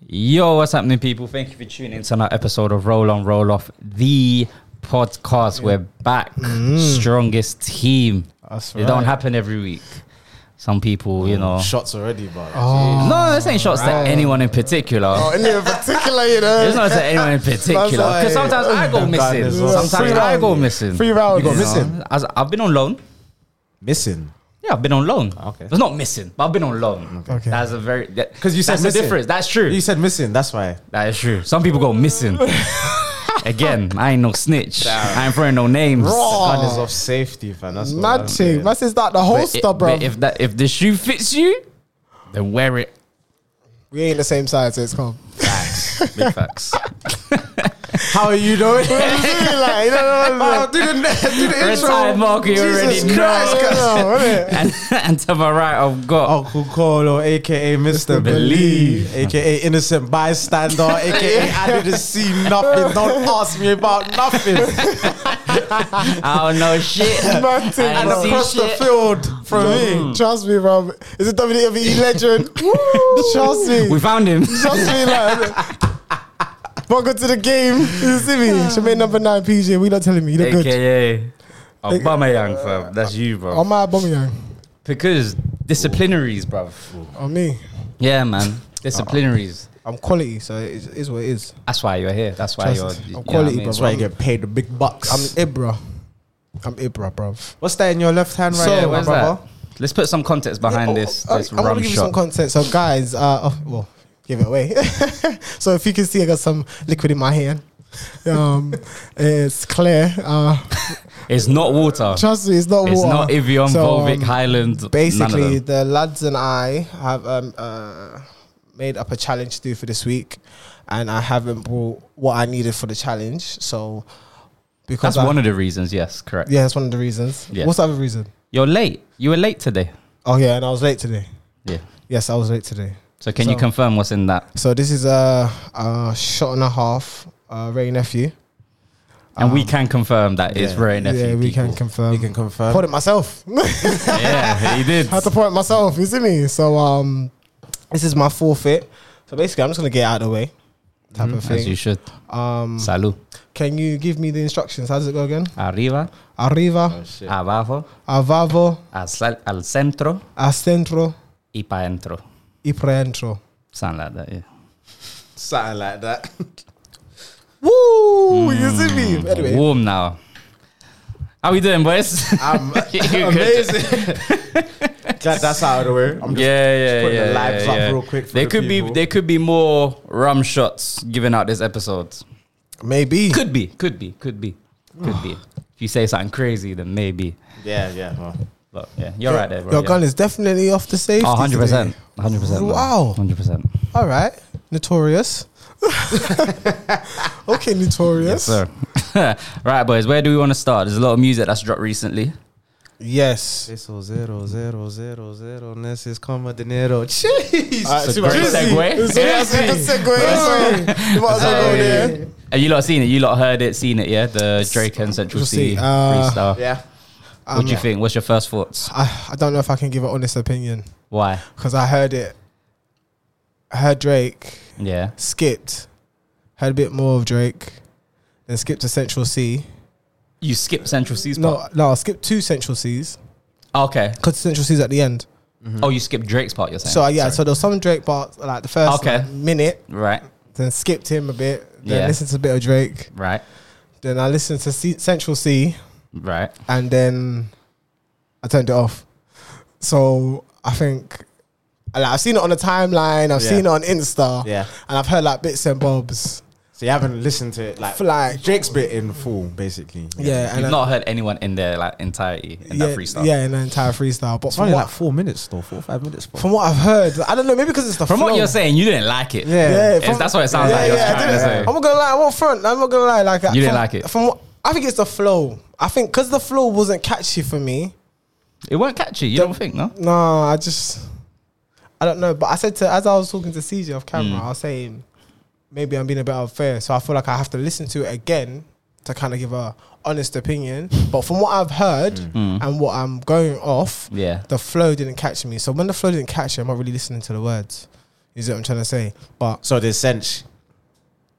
Yo, what's happening, people? Thank you for tuning in to another episode of Roll On Roll Off, the podcast. We're back, strongest team. That's It don't right. happen every week. Some people, you know. shots already, but no, this ain't shots to anyone in particular. Oh, and in particular, you know. It's not to anyone in particular. Because like- sometimes I go Them missing. diamonds, well, Sometimes free I go round. missing. Free round. You got know? missing? As- I've been on loan. missing. Yeah, I've been on loan. Okay. It's not missing, but I've been on loan. Okay. That's a very because 'Cause you said that's the missing. difference. That's true. You said missing. That's why. That is true. Some people go missing. Again, I ain't no snitch. I ain't throwing no names. Raw. Gun Oh. is off safety, fam. That's all I'm Mad thing. saying. Must is that the But holster, it- bro. but if that if the shoe fits you, then wear it. we ain't the same size, so it's calm. Facts. Big facts. How are you doing? like, you know what do the, do the Retired Mark, you already Jesus know. Christ, Oh. no, innit? And, and to my right, I've got Uncle Colo, aka Mr. Believe, aka Innocent Bystander, aka I didn't see nothing. Don't ask me about nothing. I don't know shit. Mad thing, I And see bro. across the shit. field from me. Mm. Trust me, bro. Is it WWE E legend? Woo. Trust We me. found him. Trust me, like. Welcome to the game. You see me? Shemaine number nine, PJ. We not telling me. You look good. AKA Obama fam. That's you, bro. On my Aubameyang. Because disciplinaries, bruv. On me. Yeah, man. Disciplinaries. I'm quality, so it is- is what it is. That's why you're here. That's why Trust you're. us. you I'm know what I quality, mean? bro. That's why you get paid the big bucks. I'm Ibra. I'm Ibra, bro. What's that in your left hand right So, here, my Where's brother? that? Let's put some context behind this. I, This oh, I want rum to give you some shot. context. So, guys, uh, oh, well, give it away. so, if you can see, I got some liquid in my hand. Um, it's clear. Uh, it's not water. trust me, it's not It's water. not Evian, So, Volvic, um, Highland. none of Basically, them. the lads and I have um, uh, made up a challenge to do for this week, and I haven't brought what I needed for the challenge. So, because that's I- one of the reasons. Yes, correct. yeah, that's one of the reasons. Yeah. What's the other reason? You're late. You were late today. Oh yeah, and I was late today. Yeah. Yes, I was late today. So can you So- confirm what's in that? So this is a, a shot and a half, uh, Ray nephew. And we can confirm that it's um, yeah. rare nephew. yeah, we can people. confirm. You can confirm. Poured it myself. yeah, he did. had to pour it myself. You see me? So um, this is my forfeit. So basically, I'm just gonna get it out of the way, type of Mm-hmm. As you thing. should. Mm. Um, Salud. can you give me the instructions? How does it go again? Arriba, Arriva, shit. abajo, avavo, al, sal- al centro a centro, y pa entro. y preentro. Something like that. Yeah. Something like that. Mm. Woo! You see me? Anyway, Warm now. How we doing, boys? I'm You good? amazing. Glad that's out of the way. I'm just yeah, yeah, putting yeah. the lives yeah, up yeah. real quick for There the could be people. there could be more rum shots given out this episode. maybe. Could be, could be, could be, could be. If you say something crazy, then maybe. Yeah, yeah. well, But yeah, you're right there, bro. Your yeah. gun is definitely off the safety. Oh, 100 today. percent, hundred percent. Wow. hundred percent. All right, notorious. okay, notorious. Yes, sir. right, boys. Where do we want to start? There's a lot of music that's dropped recently. Yes. Peso zero zero zero zero. This is como dinero. Jeez. Alright, see what great I'm saying? segue. See what I'm saying? Good segue. Sorry. You might as well go there. Have you lot seen it? You lot heard it, seen it? Yeah, the Drake and Central Let's C see, uh, freestyle. yeah. what do you think? What's your first thoughts? I, I don't know if I can give an honest opinion Why? because I heard it. I heard Drake, Yeah. skipped, heard a bit more of Drake, then skipped to Central C. You skip Central C's part. Oh, No, no, I skipped two Central C's. Okay. Cut to Central C's at the end. Oh, you skip Drake's part. You're saying. So, uh, yeah, so there was some Drake parts, like the first Okay. like, minute, Right. then skipped him a bit, then Yeah. listened to a bit of Drake. Right. Then I listened to C- Central C, Right. and then I turned it off. So I think like, I've seen it on the timeline, I've Yeah. seen it on Insta, Yeah. and I've heard like bits and bobs. So you haven't listened to it like For like- Drake's bit in full, basically. Yeah, You've and I- not heard anyone in their like entirety in yeah, that freestyle. yeah, in the entire freestyle. But It's from only what, like four minutes though, four five minutes. bro. from what I've heard, I don't know, maybe because it's the From flow. what you're saying, you didn't like it. Yeah. It's- that's what it sounds yeah, like. You're yeah, I trying to didn't- say. I'm not gonna lie, I'm up front. I'm not gonna lie. Like You didn't from- like it? From what I think it's the flow. I think because the flow wasn't catchy for me. It won't catch you. You don't think, no? No, I just I don't know. But I said to as I was talking to CJ off camera, Mm. I was saying maybe I'm being a bit unfair. So I feel like I have to listen to it again to kind of give a honest opinion. But from what I've heard and what I'm going off, Mm. Yeah. the flow didn't catch me. So when the flow didn't catch you, I'm not really listening to the words. Is what I'm trying to say. But So the cinch,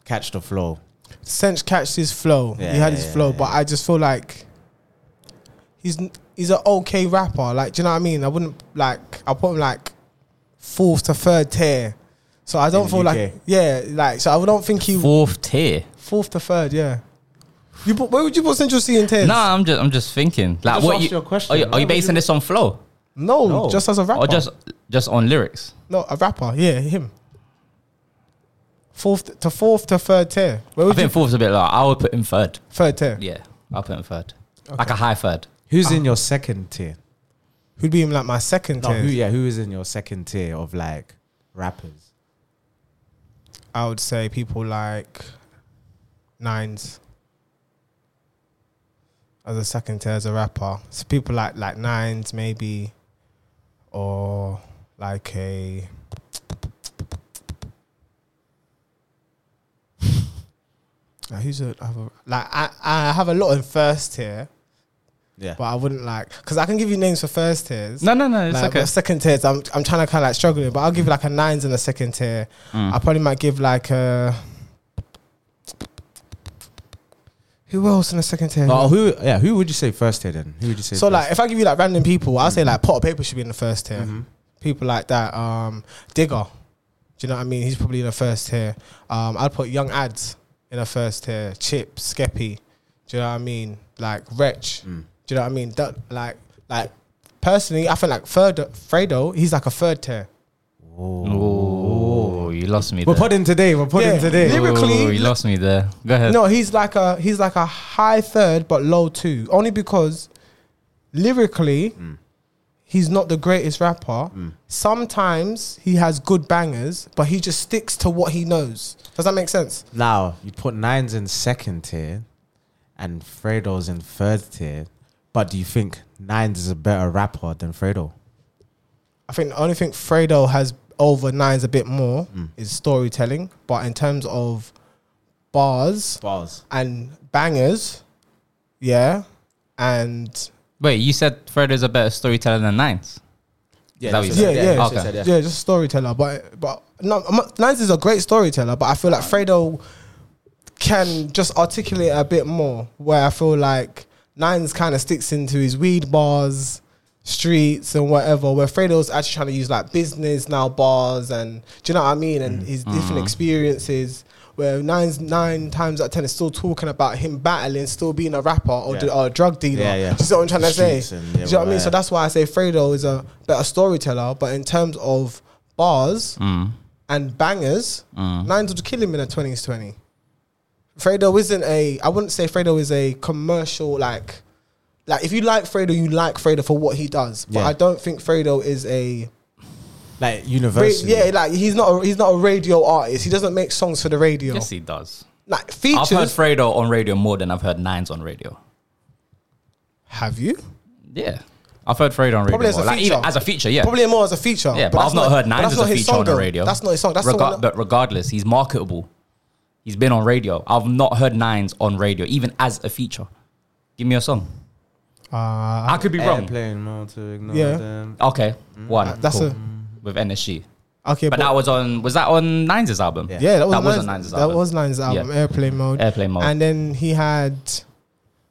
catch the flow. Sench catched his flow. Yeah, he had yeah, his yeah, flow, yeah. but I just feel like he's n- he's an okay rapper. Like, do you know what I mean? I wouldn't like I put him like fourth to third tier. So I don't the feel like UK. yeah, like so I don't think he Fourth tier. fourth to third. Yeah, you put where would you put Central C in tier? No, I'm just I'm just thinking. Like, just what asked you, you a question. Oh. Are you, Why are you would basing you- this on flow no, No. just as a rapper, or just just on lyrics? no a rapper. Yeah, him. Fourth to fourth to third tier. Where I would you think fourth's a bit low. I would put him third. third tier? Yeah, I'll put him third, like a high third. Ah. Who's in your second tier? Who'd be in like my second No, tier? who, yeah, who is in your second tier of like rappers? I would say people like Nines as a second tier as a rapper. So people like like Nines maybe, or like a. Like who's a, I have a- like I, I have a lot in first tier, Yeah. but I wouldn't like because I can give you names for first tiers. No, no, no. It's Like, okay. with second tiers, I'm I'm trying to kind of like struggling, but I'll give you like a nines in the second tier. Mm. I probably might give like a. Who else in the second tier? Oh, who? Yeah, who would you say first tier then? Who would you say? so first? like, Mm-hmm. if I give you like random people, I'll say like pot of paper should be in the first tier. Mm-hmm. People like that, um, digger. Do you know what I mean? He's probably in the first tier. Um, I'd put young ads in the first tier. Chip, Skeppy. Do you know what I mean? Like Wretch. Mm. Mm-hmm. Do you know what I mean? That, like like personally, I feel like third Fredo. He's like a third tier. Oh, you lost me. we're there. putting today. We're putting Yeah. today. Yeah. lyrically- Ooh, you lost me there. Go ahead. No, he's like a he's like a high third but low two. Only because lyrically, he's not the greatest rapper. Sometimes he has good bangers, but he just sticks to what he knows. Does that make sense? Now you put nines in second tier, and Fredo's in third tier. But do you think nines is a better rapper than Fredo? I think the only thing Fredo has over nines a bit more is storytelling. But in terms of bars Bars. and bangers, yeah, and Wait, you said Fred is a better storyteller than Nines. Yeah, That was- yeah, yeah, that's what I said, yeah. just a storyteller. But but no, I'm not- Nines is a great storyteller. But I feel like Fredo can just articulate a bit more. Where I feel like Nines kind of sticks into his weed bars, streets, and whatever. Where Fredo's actually trying to use like business now bars, and do you know what I mean? And his different experiences. Where nines nine times out of ten is still talking about him battling, still being a rapper or, Yeah. d- or a drug dealer. Yeah, yeah. Do you see what I'm trying to say? Streets and- do yeah, you know what I mean? So whatever. that's why I say Fredo is a better storyteller, but in terms of bars Mm. and bangers, Nines would kill him in a 20s 20. Fredo isn't a, I wouldn't say Fredo is a commercial, like, like if you like Fredo, you like Fredo for what he does. But Yeah. I don't think Fredo is a, Like ra- universally. yeah, like he's not a, he's not a radio artist. He doesn't make songs for the radio. Yes, he does. Like I've heard features. Fredo on radio more than I've heard Nines on radio. Have you? Yeah, I've heard Fredo on radio. Probably as a more. Like, feature. even as a feature, yeah. Probably more as a feature. Yeah, but, that's I've not, heard but Nines that's as not a his feature song, on the though. radio. That's not his song. That's Rega- someone else. but regardless, he's marketable. He's been on radio. I've not heard Nines on radio, even as a feature. Give me a song. Uh, I could be wrong. Airplane mode to ignore Yeah. them. Okay, one. Mm. uh, that's Ah, cool. a- with NSG. okay, But that was on. Was that on Nines' album? Yeah. Yeah, that was That wasn't Nines- Nines' That album. was Nines' album, Airplane Mode. Airplane mode. And then he had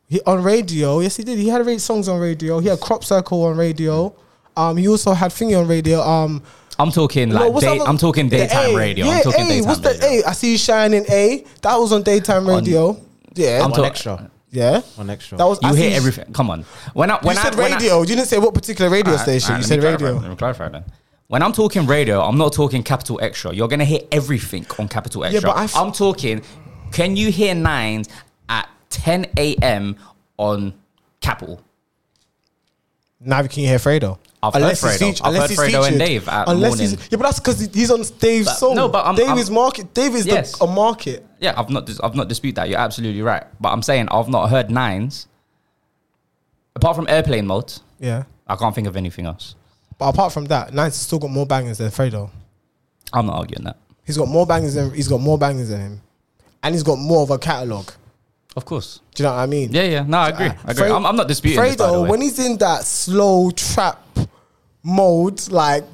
he on radio. Yes, he did. He had radio songs on radio. He had Crop Circle on radio. Um, he also had thingy on radio. Um, I'm talking no, like what's day, that- I'm talking the daytime A. radio. Yeah, I'm talking A. daytime What's radio. the A? I see you shining A. That was on daytime radio. yeah, I'm One talk- extra. yeah. One extra. That was You I hear See- everything. Come on. When I You when I said when I- radio. you didn't say what particular radio Alright, station. alright, you let said me clarify, radio. Let me clarify then. When I'm talking radio, I'm not talking Capital Extra. You're gonna hear everything on Capital Extra. but I f- I'm talking. Can you hear nines at 10 a.m. on Capital? Now you can hear Fredo. I've heard Fredo. featu- I've heard Fredo and Dave at unless morning. He's, yeah, but that's because he's on Dave's song. no, but I'm- Dave I'm- is market. Dave is Yes. the, a market. Yeah, I've not dis- I've not disputed that. You're absolutely right. But I'm saying I've not heard nines apart from airplane mode. Yeah. I can't think of anything else. But apart from that, Nines has still got more bangers than Fredo. I'm not arguing that. He's got more bangers than he's got more bangers than him, and he's got more of a catalog. Of course. Do you know what I mean? Yeah, yeah. No, I agree. I agree. uh, Fre- I'm, I'm not disputing Fredo this, by the way. when he's in that slow trap mode, like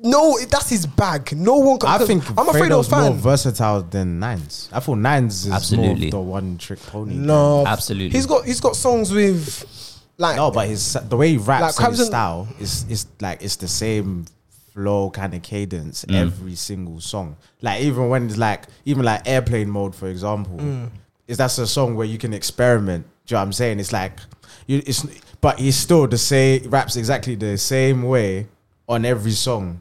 No, it- that's his bag. No one. Can, I because think I'm afraid of Fredo's more fan. versatile than Nines. I thought Nines is more Absolutely. of the one trick pony. no, Absolutely. He's got he's got songs with like no, but his the way he raps Like, and his Crabs and- style is is like it's the same flow kind of cadence Mm. every single song. Like even when it's like even like airplane mode, for example, Mm. is that's a song where you can experiment. Do you know what I'm saying? It's like you it's but he's still the same raps exactly the same way on every song.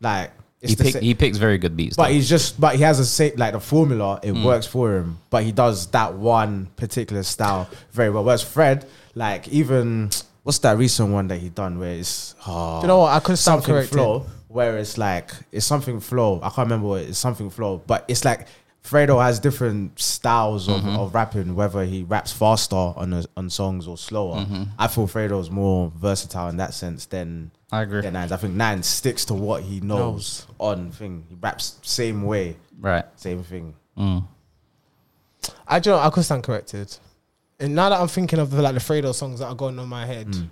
Like it's He, the pick, same. he picks very good beats. But though. he's just, but he has a say, like the formula, it Mm. works for him. But he does that one particular style very well. Whereas Fred, like even what's that recent one that he done where it's oh, You know what? I couldn't stand something corrected. flow, where it's like it's something flow. I can't remember what it is, something flow, but it's like Fredo has different styles of, Mm-hmm. of rapping, whether he raps faster on a, on songs or slower. Mm-hmm. I feel Fredo's more versatile in that sense than I agree. than Nines. I think Nines sticks to what he knows, on thing. He raps same way, right. same thing. I do you know I could stand corrected. And now that I'm thinking of the, like the Fredo songs that are going on my head, Hmm.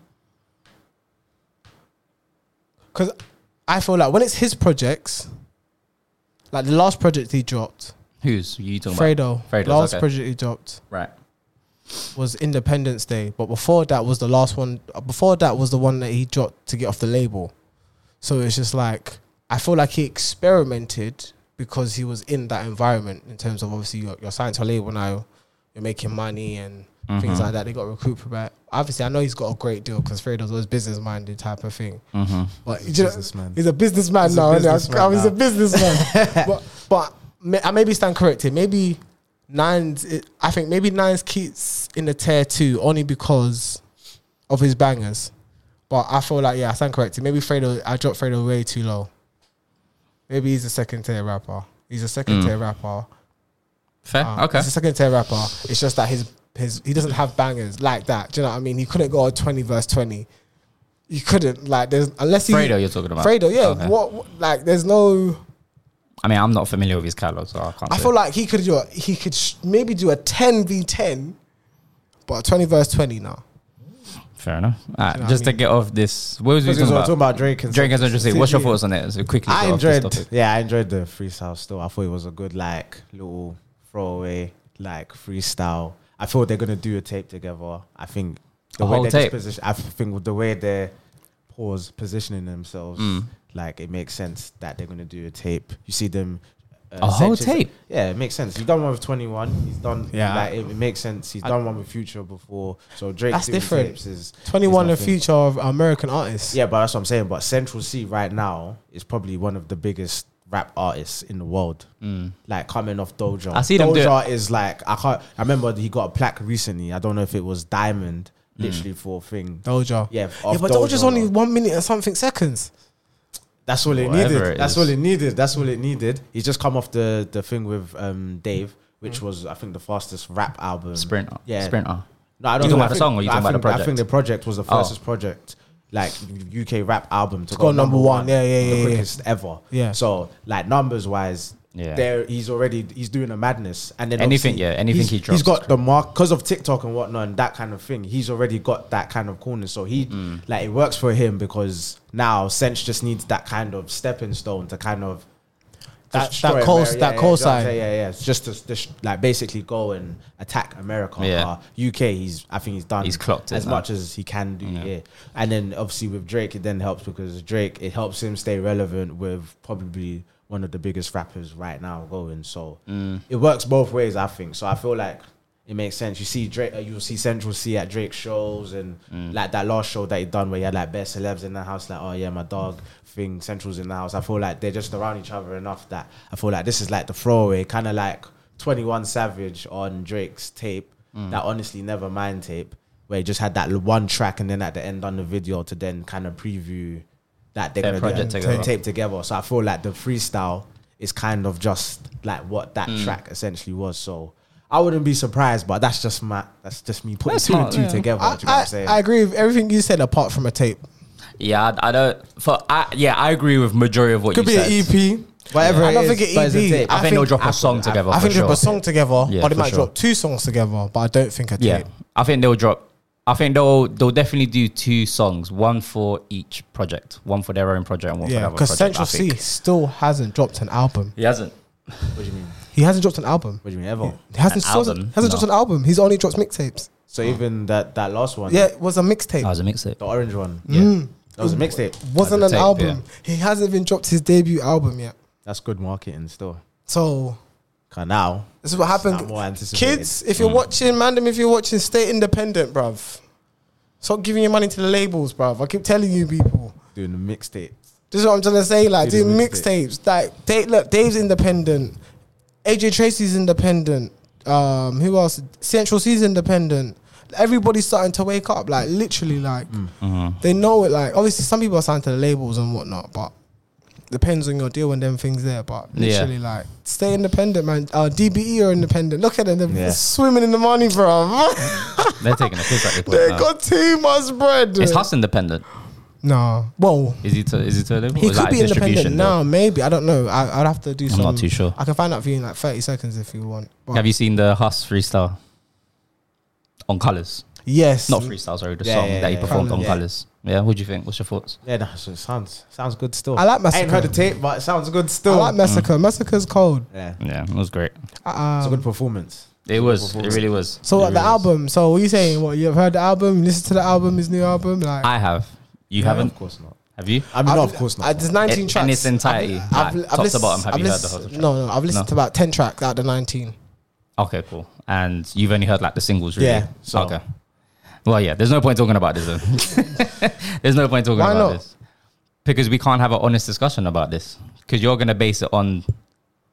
because I feel like when it's his projects, like the last project he dropped, Who's you talking Fredo, Fredo's, last okay. project he dropped about? Right. was Independence Day, but before that was the last one. Before that was the one that he dropped to get off the label. So it's just like I feel like he experimented because he was in that environment in terms of obviously you're, you're signed to a label now, you're making money and things like that. They got recruit for that. Obviously, I know he's got a great deal because Fredo's always business minded type of thing. Mm-hmm. But you know, businessman. he's a businessman He's a now. innit? businessman I- He's a now. businessman. but but may, I maybe stand corrected. Maybe Nines. It, I think maybe Nines keeps in the tear too, only because of his bangers. But I feel like yeah, I stand corrected. Maybe Fredo. I dropped Fredo way too low. Maybe he's a second tier rapper. He's a Mm. second tier rapper. Fair. Uh, okay. He's a second tier rapper. It's just that his his he doesn't have bangers like that. Do you know what I mean? He couldn't go on twenty verse twenty. You couldn't like there's unless he Fredo, you're talking about. Fredo, yeah. Okay. What, what- like? There's no. I mean, I'm not familiar with his catalog, so I can't. I feel like he could do. A, he could sh- maybe do a ten v ten, but a twenty verse twenty now. fair enough. All right, know what just I to get off this, what was we Because talking we're about? talking about Drake and Drake stuff. and Drake. Say, what's your thoughts on it? So quickly, I get off this enjoyed, topic. yeah, I enjoyed the freestyle. Still, I thought it was a good like little throwaway like freestyle. I feel they're gonna do a tape together. I think the A way whole they're tape? disposition- I think with the way they're pause positioning themselves, Mm. like it makes sense that they're gonna do a tape. You see them. uh, A whole sections- tape? yeah, it makes sense. He's done one with Twenty One. He's done, yeah, Yeah. like, it, it makes sense. He's done one with Future before, so Drake That's doing different. Tapes is is Twenty one and nothing. future of American artists. Yeah, but that's what I'm saying. But Central C right now is probably one of the biggest rap artists in the world. Mm. Mm. Like coming off Doja. I see them do Doja is like I can't. I remember he got a plaque recently. I don't know if it was Diamond, Hmm. literally for a thing. Doja. Yeah, yeah, off but Doja's Doja. only one minute and something seconds. That's all it Whatever needed. it That's is. all it needed. That's all it needed. He's just come off the the thing with um Dave, which Hmm. was I think the fastest rap album. Sprinter. Yeah. Sprinter. No, I don't. You talking know. I about the think- song or you I talking about the think- I think project? the project was the Oh. fastest project, like UK rap album to go number one. Yeah, yeah, yeah, the yeah. quickest ever. Yeah. So like numbers wise. Yeah. There, he's already he's doing a madness, and then Anything, obviously yeah, anything he's- he He's drops got is the mark because of TikTok and whatnot and that kind of thing. He's already got that kind of corner, so he Mm. like it works for him because now Sense just needs that kind of stepping stone to kind of That- destroy that call- Ameri- yeah, that call yeah, do you know what I'm sign. saying? Yeah, yeah, it's just to, just like basically go and attack America. Yeah. Uh, UK, he's I think he's done. He's clocked it as now. much as he can do. Yeah. and then obviously with Drake, it then helps because Drake it helps him stay relevant with probably one of the biggest rappers right now going. So Mm. it works both ways, I think. So I feel like. It makes sense. You see Drake, uh, you'll see Central C at Drake shows and Mm. like that last show that he done where he had like best celebs in the house. Like, oh yeah, my dog thing, Central's in the house. I feel like they're just around each other enough that I feel like this is like the throwaway, kind of like 21 Savage on Drake's tape, Mm. that honestly never mind tape, where he just had that l- one track and then at the end on the video to then kind of preview that they're Their going project to together. tape together. So I feel like the freestyle is kind of just like what that Mm. track essentially was. So I wouldn't be surprised, but that's just my that's just me putting That's two and not- two yeah. together. I, do you know what I'm I, saying? I agree with everything you said apart from a tape. Yeah, I, I don't. For I, yeah, I agree with majority of what Could you be said. an EP. Whatever. I it don't is, think it but it's a EP. tape. I, think they'll drop a Apple- song Apple- together. I for think they sure. drop a song together, Yeah, or they for might sure. drop two songs together, but I don't think a Yeah, tape. I think they'll drop. I think they'll they'll definitely do two songs, one for each project, one for their own project, and one for yeah, another project. because Central I C think. still hasn't dropped an album. he hasn't. What do you mean? He hasn't dropped an album. What do you mean ever? He hasn't, An hasn't, album? hasn't No. dropped an album. He's only dropped mixtapes. So even that that last one, Yeah, it was Oh, a mixtape. That was a mixtape. the orange one, Mm. that was a mixtape. wasn't Oh, Like an the tape, album. He hasn't even dropped his debut album yet. That's good marketing still. So Cause now this is what It's not more happened. anticipated. Kids, if you're watching, mandem, if you're watching, stay independent, bruv. Stop giving your money to the labels, bruv. I keep telling you people. doing the mixtape. This is what I'm trying to say. Like Do the doing mixtape. mixtapes. Like Dave, look, Dave's independent. AJ Tracy's independent. Um, who else? Central C's independent. Everybody's starting to wake up. Like literally, like they know it. Like obviously, some people are signed to the labels and whatnot, but depends on your deal and them things there. But Yeah. literally, like stay independent, man. Uh, DBE are independent. Look at them. They're Yeah. swimming in the money, bro. They're taking a piss at the they point. now. got too much bread. Is Huss independent? no, well, Is he? To, is he to a label? he Or is could that be distribution independent deal? now, maybe. I don't know. I, I'd have to do I'm some. not too sure. I can find out for you in like 30 seconds if you want. But Have you seen the Huss freestyle on Colors? Yes. Not freestyle, sorry, the Yeah, song yeah, that he yeah, performed Mm. yeah. on Yeah. Colors. Yeah, what do you think? What's your thoughts? Yeah, nah, so it sounds sounds good still. I like I ain't heard the Massacre. tape, but it sounds good I still. Mm. like Massacre. Massacre's cold. yeah, it's Yeah, it was great. Um, a good performance. It was. It really was. so what, the Yes. album. So what are you saying? What you've heard the album? You listened to the album? His new album? Like I have. You haven't? of course not. Have you? I mean, I've- no, of course I- not. there's 19 It- tracks in its entirety, like, I've- I've- I've top to listened- bottom, have I've you heard listened- the whole track? No, no. I've listened No. to about 10 tracks out of the 19. Okay, cool. And you've only heard like the singles, really? Yeah, so- Okay. Well, yeah, there's no point talking about this then. there's no point talking Why about not? this. Because we can't have an honest discussion about this. Because you're going to base it on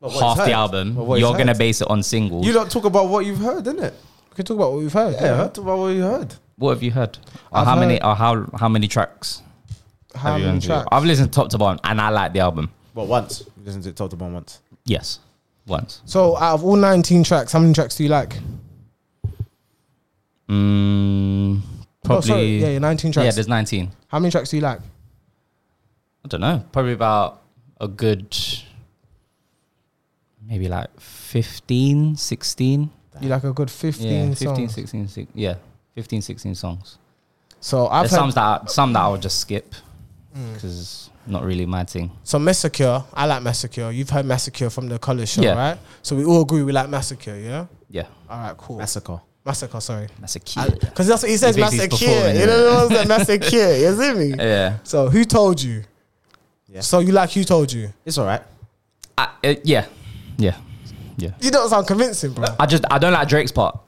But what half he's the heard. album. But what he's You're going to heard. base it on singles. You don't talk about what you've heard, innit? We can talk about what we've heard. Yeah, talk about what you heard. what have you heard? Or I've how many? heard- Or how how many tracks? How have you many listened to? tracks? I've listened top to bottom, and I like the album. But once you listen to it, talked about once. Yes, once. So out of all 19 tracks, how many tracks do you like? Mm, Oh, probably. sorry. Yeah, yeah, 19 yeah, tracks. there's 19. how many tracks do you like? I don't know, probably about a good maybe like 15, 16. You like a good 15 yeah, songs. 16, six- yeah, 15, 16 songs. So I've There's heard Mm. some that, I- some that I'll just skip because not really my thing. So Massacre, I like Massacre. You've heard Massacre from the college show, Yeah. right? So we all agree we like Massacre, yeah? Yeah, All right, cool. Massacre. Massacre, sorry. that's a key. Uh, Because that's what he says, He thinks he's Massacre. performing, You know the ones that Massacre, you see me? yeah, So who told you? Yeah. So you like who told you? It's all right. I, uh, yeah, yeah, yeah. You don't sound convincing, bro. I just I don't like Drake's part.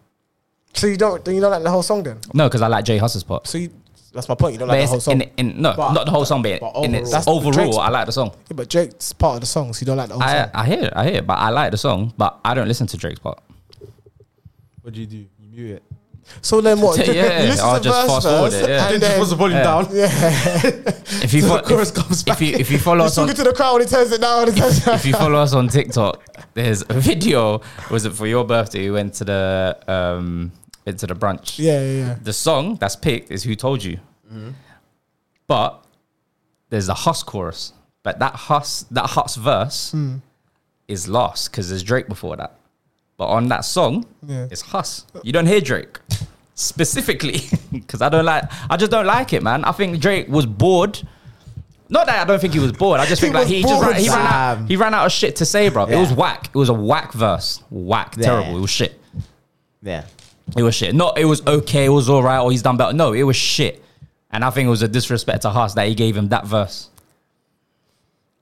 So you don't then you don't like the whole song then? No, because I like Jay Huss's part. So you, that's my point. You don't But like the it's whole song. in, in, no, But- not the whole song, but, but in its overall. That's Drake's- overall, I like the song. Yeah, but Drake's part of the song, so you don't like the whole I, song. I hear it, I hear it, but I like the song, but I don't listen to Drake's part. What do you do? You mute it. So then what? Yeah, yeah, you listen I'll to just verse fast forward first, it, yeah. Just And then puts the volume yeah. down. If you The fo- chorus if, comes back. if you if you follow you us on talking to the crowd, he turns it down. He turns it down. if you follow us on TikTok, there's a video. Was it for your birthday? You went to the um went to the brunch. Yeah, yeah, yeah. The song that's picked is "Who Told You," but there's a Huss chorus. But that Huss that Huss verse Hmm. is lost because there's Drake before that. But on that song, Yeah. it's Huss. You don't hear Drake specifically because I don't like. I just don't like it, man. I think Drake was bored. Not that I don't think he was bored. I just He think like was he just bored, ran, he ran fam. out. He ran out of shit to say, bro. It Yeah. was whack. It was a whack verse. Whack. Yeah. Terrible. It was shit. Yeah. It was shit. Not it was okay. It was all right. Or he's done better. No, it was shit. And I think it was a disrespect to Haas that he gave him that verse.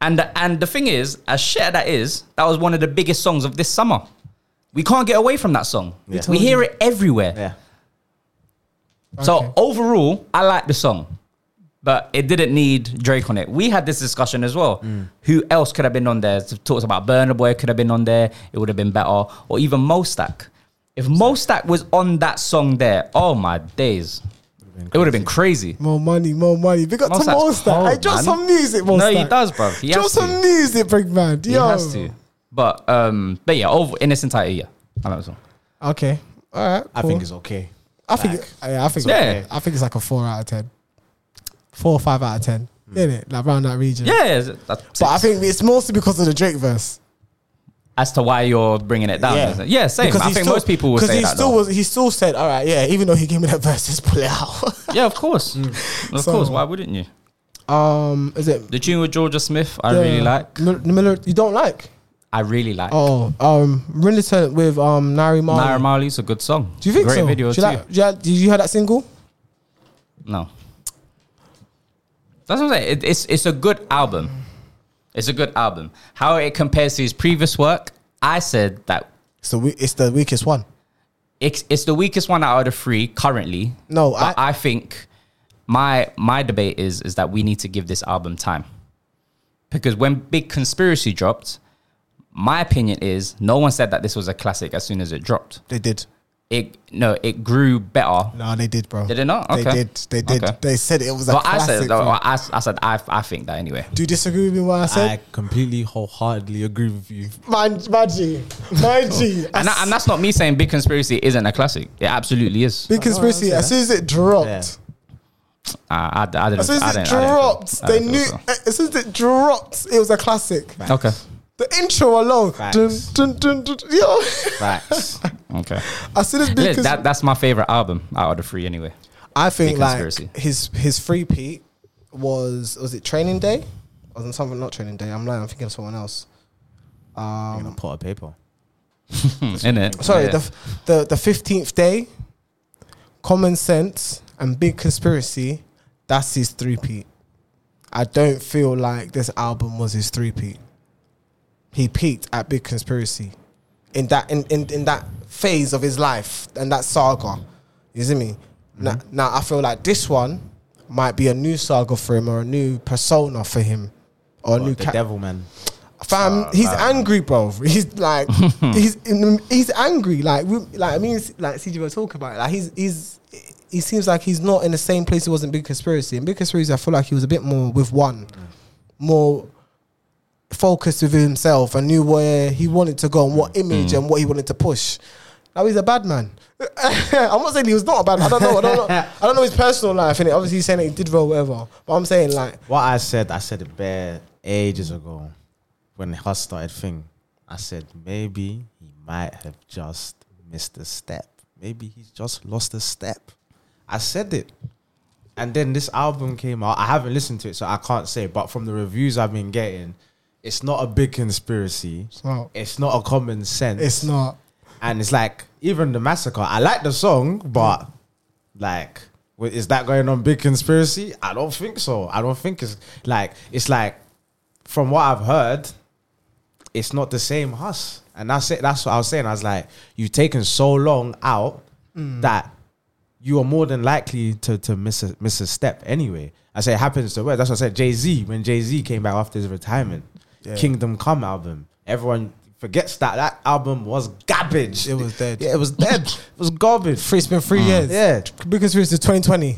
And the, and the thing is, as shit that is, that was one of the biggest songs of this summer. We can't get away from that song. Yeah. We hear it everywhere. Yeah. So Okay. overall, I like the song, but it didn't need Drake on it. We had this discussion as well. Mm. Who else could have been on there? It Talks about Burner Boy could have been on there. It would have been better, or even Mostak. If Mostak was on that song there, oh my days, it would have been crazy. More money, more money. Big up to Mostac's Monster. cold, I drop man. some music, No, Monster. he does, bro. He drop has some to. music, big man. He Yo. has to. But um, but yeah, over in its entirety, yeah, I like the song. Okay. All right. I cool. think it's okay. I think. yeah, I think. Yeah. okay. I think it's like a four out of ten. Four or five out of ten. Hmm. Isn't it? Like around that region. Yeah, yeah, that's But I think it's mostly because of the Drake verse. as to why you're bringing it down. Yeah. isn't it? Yeah, same. Because I he think still- most people would because say he that. still though. was. He still said, "All right, yeah." Even though he gave me that verse, just pull it out. yeah, of course, of Mm. So- course. Why wouldn't you? um, is it? The tune with Georgia Smith, I really the- like. Mil- the Miller. You don't like? I really like. Oh, Oh, um, Renaissance with um Nari Marley. Naira Marley's a good song. Do you think Great so? video too. Do you like- do you like- did you hear that single? No. That's what I'm saying. It, it's it's a good album. It's a good album. How it compares to his previous work, I said that It's the we- it's the weakest one. it's it's the weakest one out of the three currently. No, but I- I, think my my debate is is that we need to give this album time because when Big Conspiracy dropped, my opinion is no one said that this was a classic as soon as it dropped. They did. It no, it grew better. No, they did, bro. Did it not? They Okay. did. They did. Okay. They said it was a Well, I classic. said, bro. I, I said, I, I think that anyway. do you disagree with me? What I said? I completely wholeheartedly agree with you. My, my G. My G. and, that, and that's not me saying Big Conspiracy isn't a classic. It absolutely is. Big conspiracy. As soon as it dropped, Yeah. I, I, I didn't. as soon I didn't- I as it didn't feel- dropped, I they didn't knew. eh, feel so. As soon as it dropped, it was a classic. Okay. The intro alone. Dun, Facts. dun, dun, dun, yo. Facts. Okay. As soon as Big Yeah, Cons- that, that's my favorite album out of the three, anyway. I think Big like conspiracy. his his free peat was was it training day? Or was it something not training day? I'm lying. I'm thinking of someone else. I'm gonna put a paper. In it. Sorry, the f- the the fifteenth day. Common sense and big conspiracy. That's his three peat. I don't feel like this album was his three peat. He peaked at big conspiracy, in that in, in, in that phase of his life and that saga. You see me? Now, now I feel like this one might be a new saga for him or a new persona for him. Or a new the ca- devil man. Fam, he's angry, bro. He's like, he's he's angry. Like, we, like I mean, like CJ was talking about. It. Like, he's he's he seems like he's not in the same place he was in Big Conspiracy. In Big Conspiracy, I feel like he was a bit more with one, more focused with himself and knew where he wanted to go and what image and what he wanted to push. Now he's a bad man. I'm not saying he was not a bad. I don't know. I don't know. I don't know his personal life. And obviously, he's saying that he did well, whatever. But I'm saying like, What I said, I said it bare ages ago when the Hus started thing. I said maybe he might have just missed a step. Maybe he's just lost a step. I said it. And then this album came out. I haven't listened to it, so I can't say. But from the reviews I've been getting, it's not a big conspiracy. well, It's not a common sense. it's not. And it's like, even the massacre, I like the song, but like, wait, is that going on big conspiracy? I don't think so. I don't think it's like, it's like, from what I've heard, it's not the same us. And that's it. That's what I was saying. I was like, you've taken so long out Mm. that you are more than likely to, to miss a miss a step anyway. I say it happens to where that's what I said. Jay Z, when Jay Z came back after his retirement, Yeah. Kingdom Come album. Everyone forgets that that album was garbage. It was dead. Yeah, it was dead. it was garbage. Free, it's been three years. Yeah. Big conspiracy is 2020.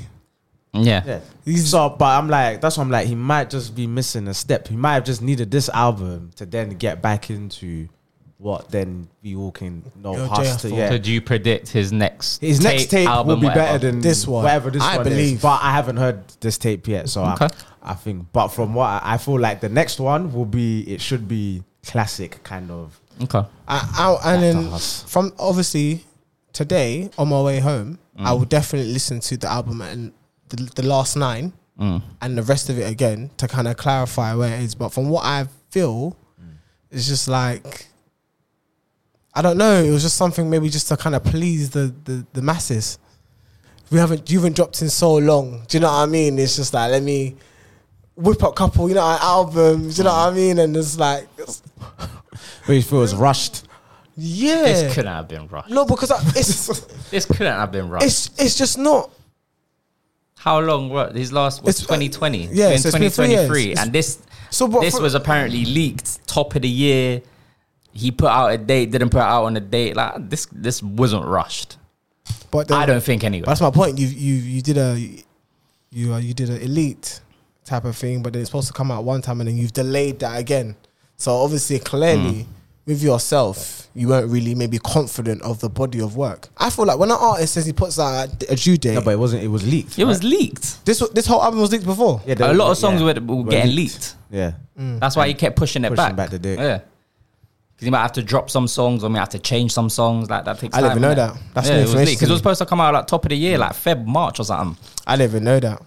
yeah. Yeah. So, but I'm like, that's what I'm like. He might just be missing a step. He might have just needed this album to then get back into what then we all can know Yo, us to. JF4. Yeah. So do you predict his next His next tape will be whatever? better than This one. whatever this I one is. believe. But I haven't heard this tape yet, so Okay. I, I think. But from what I, I feel like, the next one will be. It should be classic kind of. Okay. I, I, and Back to then us. from obviously today on my way home, I will definitely listen to the album and the, the last nine Mm. and the rest of it again to kind of clarify where it is. But from what I feel, it's just like I don't know. It was just something maybe just to kind of please the the, the masses. We haven't you haven't dropped in so long. Do you know what I mean? It's just like let me whip up couple, you know, albums. Do you know what I mean? And it's like, it's- But it feels rushed. yeah, This couldn't have been rushed. No, because I, it's This couldn't have been rushed. it's it's just not. How long? What? His last was It's- uh, 2020. yeah, We're in so it's been three years. 2023, It's- and this So, but this for- was apparently leaked top of the year. He put out a date, didn't put it out on a date. Like this, this wasn't rushed. But the- I don't think anyway. but that's my point. You you you did a you uh, you did an elite type of thing, but then it's supposed to come out one time, and then you've delayed that again. So obviously, clearly, Hmm. with yourself, you weren't really maybe confident of the body of work. I feel like when an artist says he puts out a, a due date, No, but it wasn't. It was leaked. It was right? leaked. this this whole album was leaked before. Yeah, A they- lot of songs yeah, were, were getting leaked. Yeah. That's why he kept pushing it Pushing back. back the date. Yeah. because he might have to drop some songs or may have to change some songs. Like that takes. I didn't time, even know innit? that. That's yeah, new it was information because it to was me. supposed to come out like top of the year, like Feb, March or something. I didn't even know that.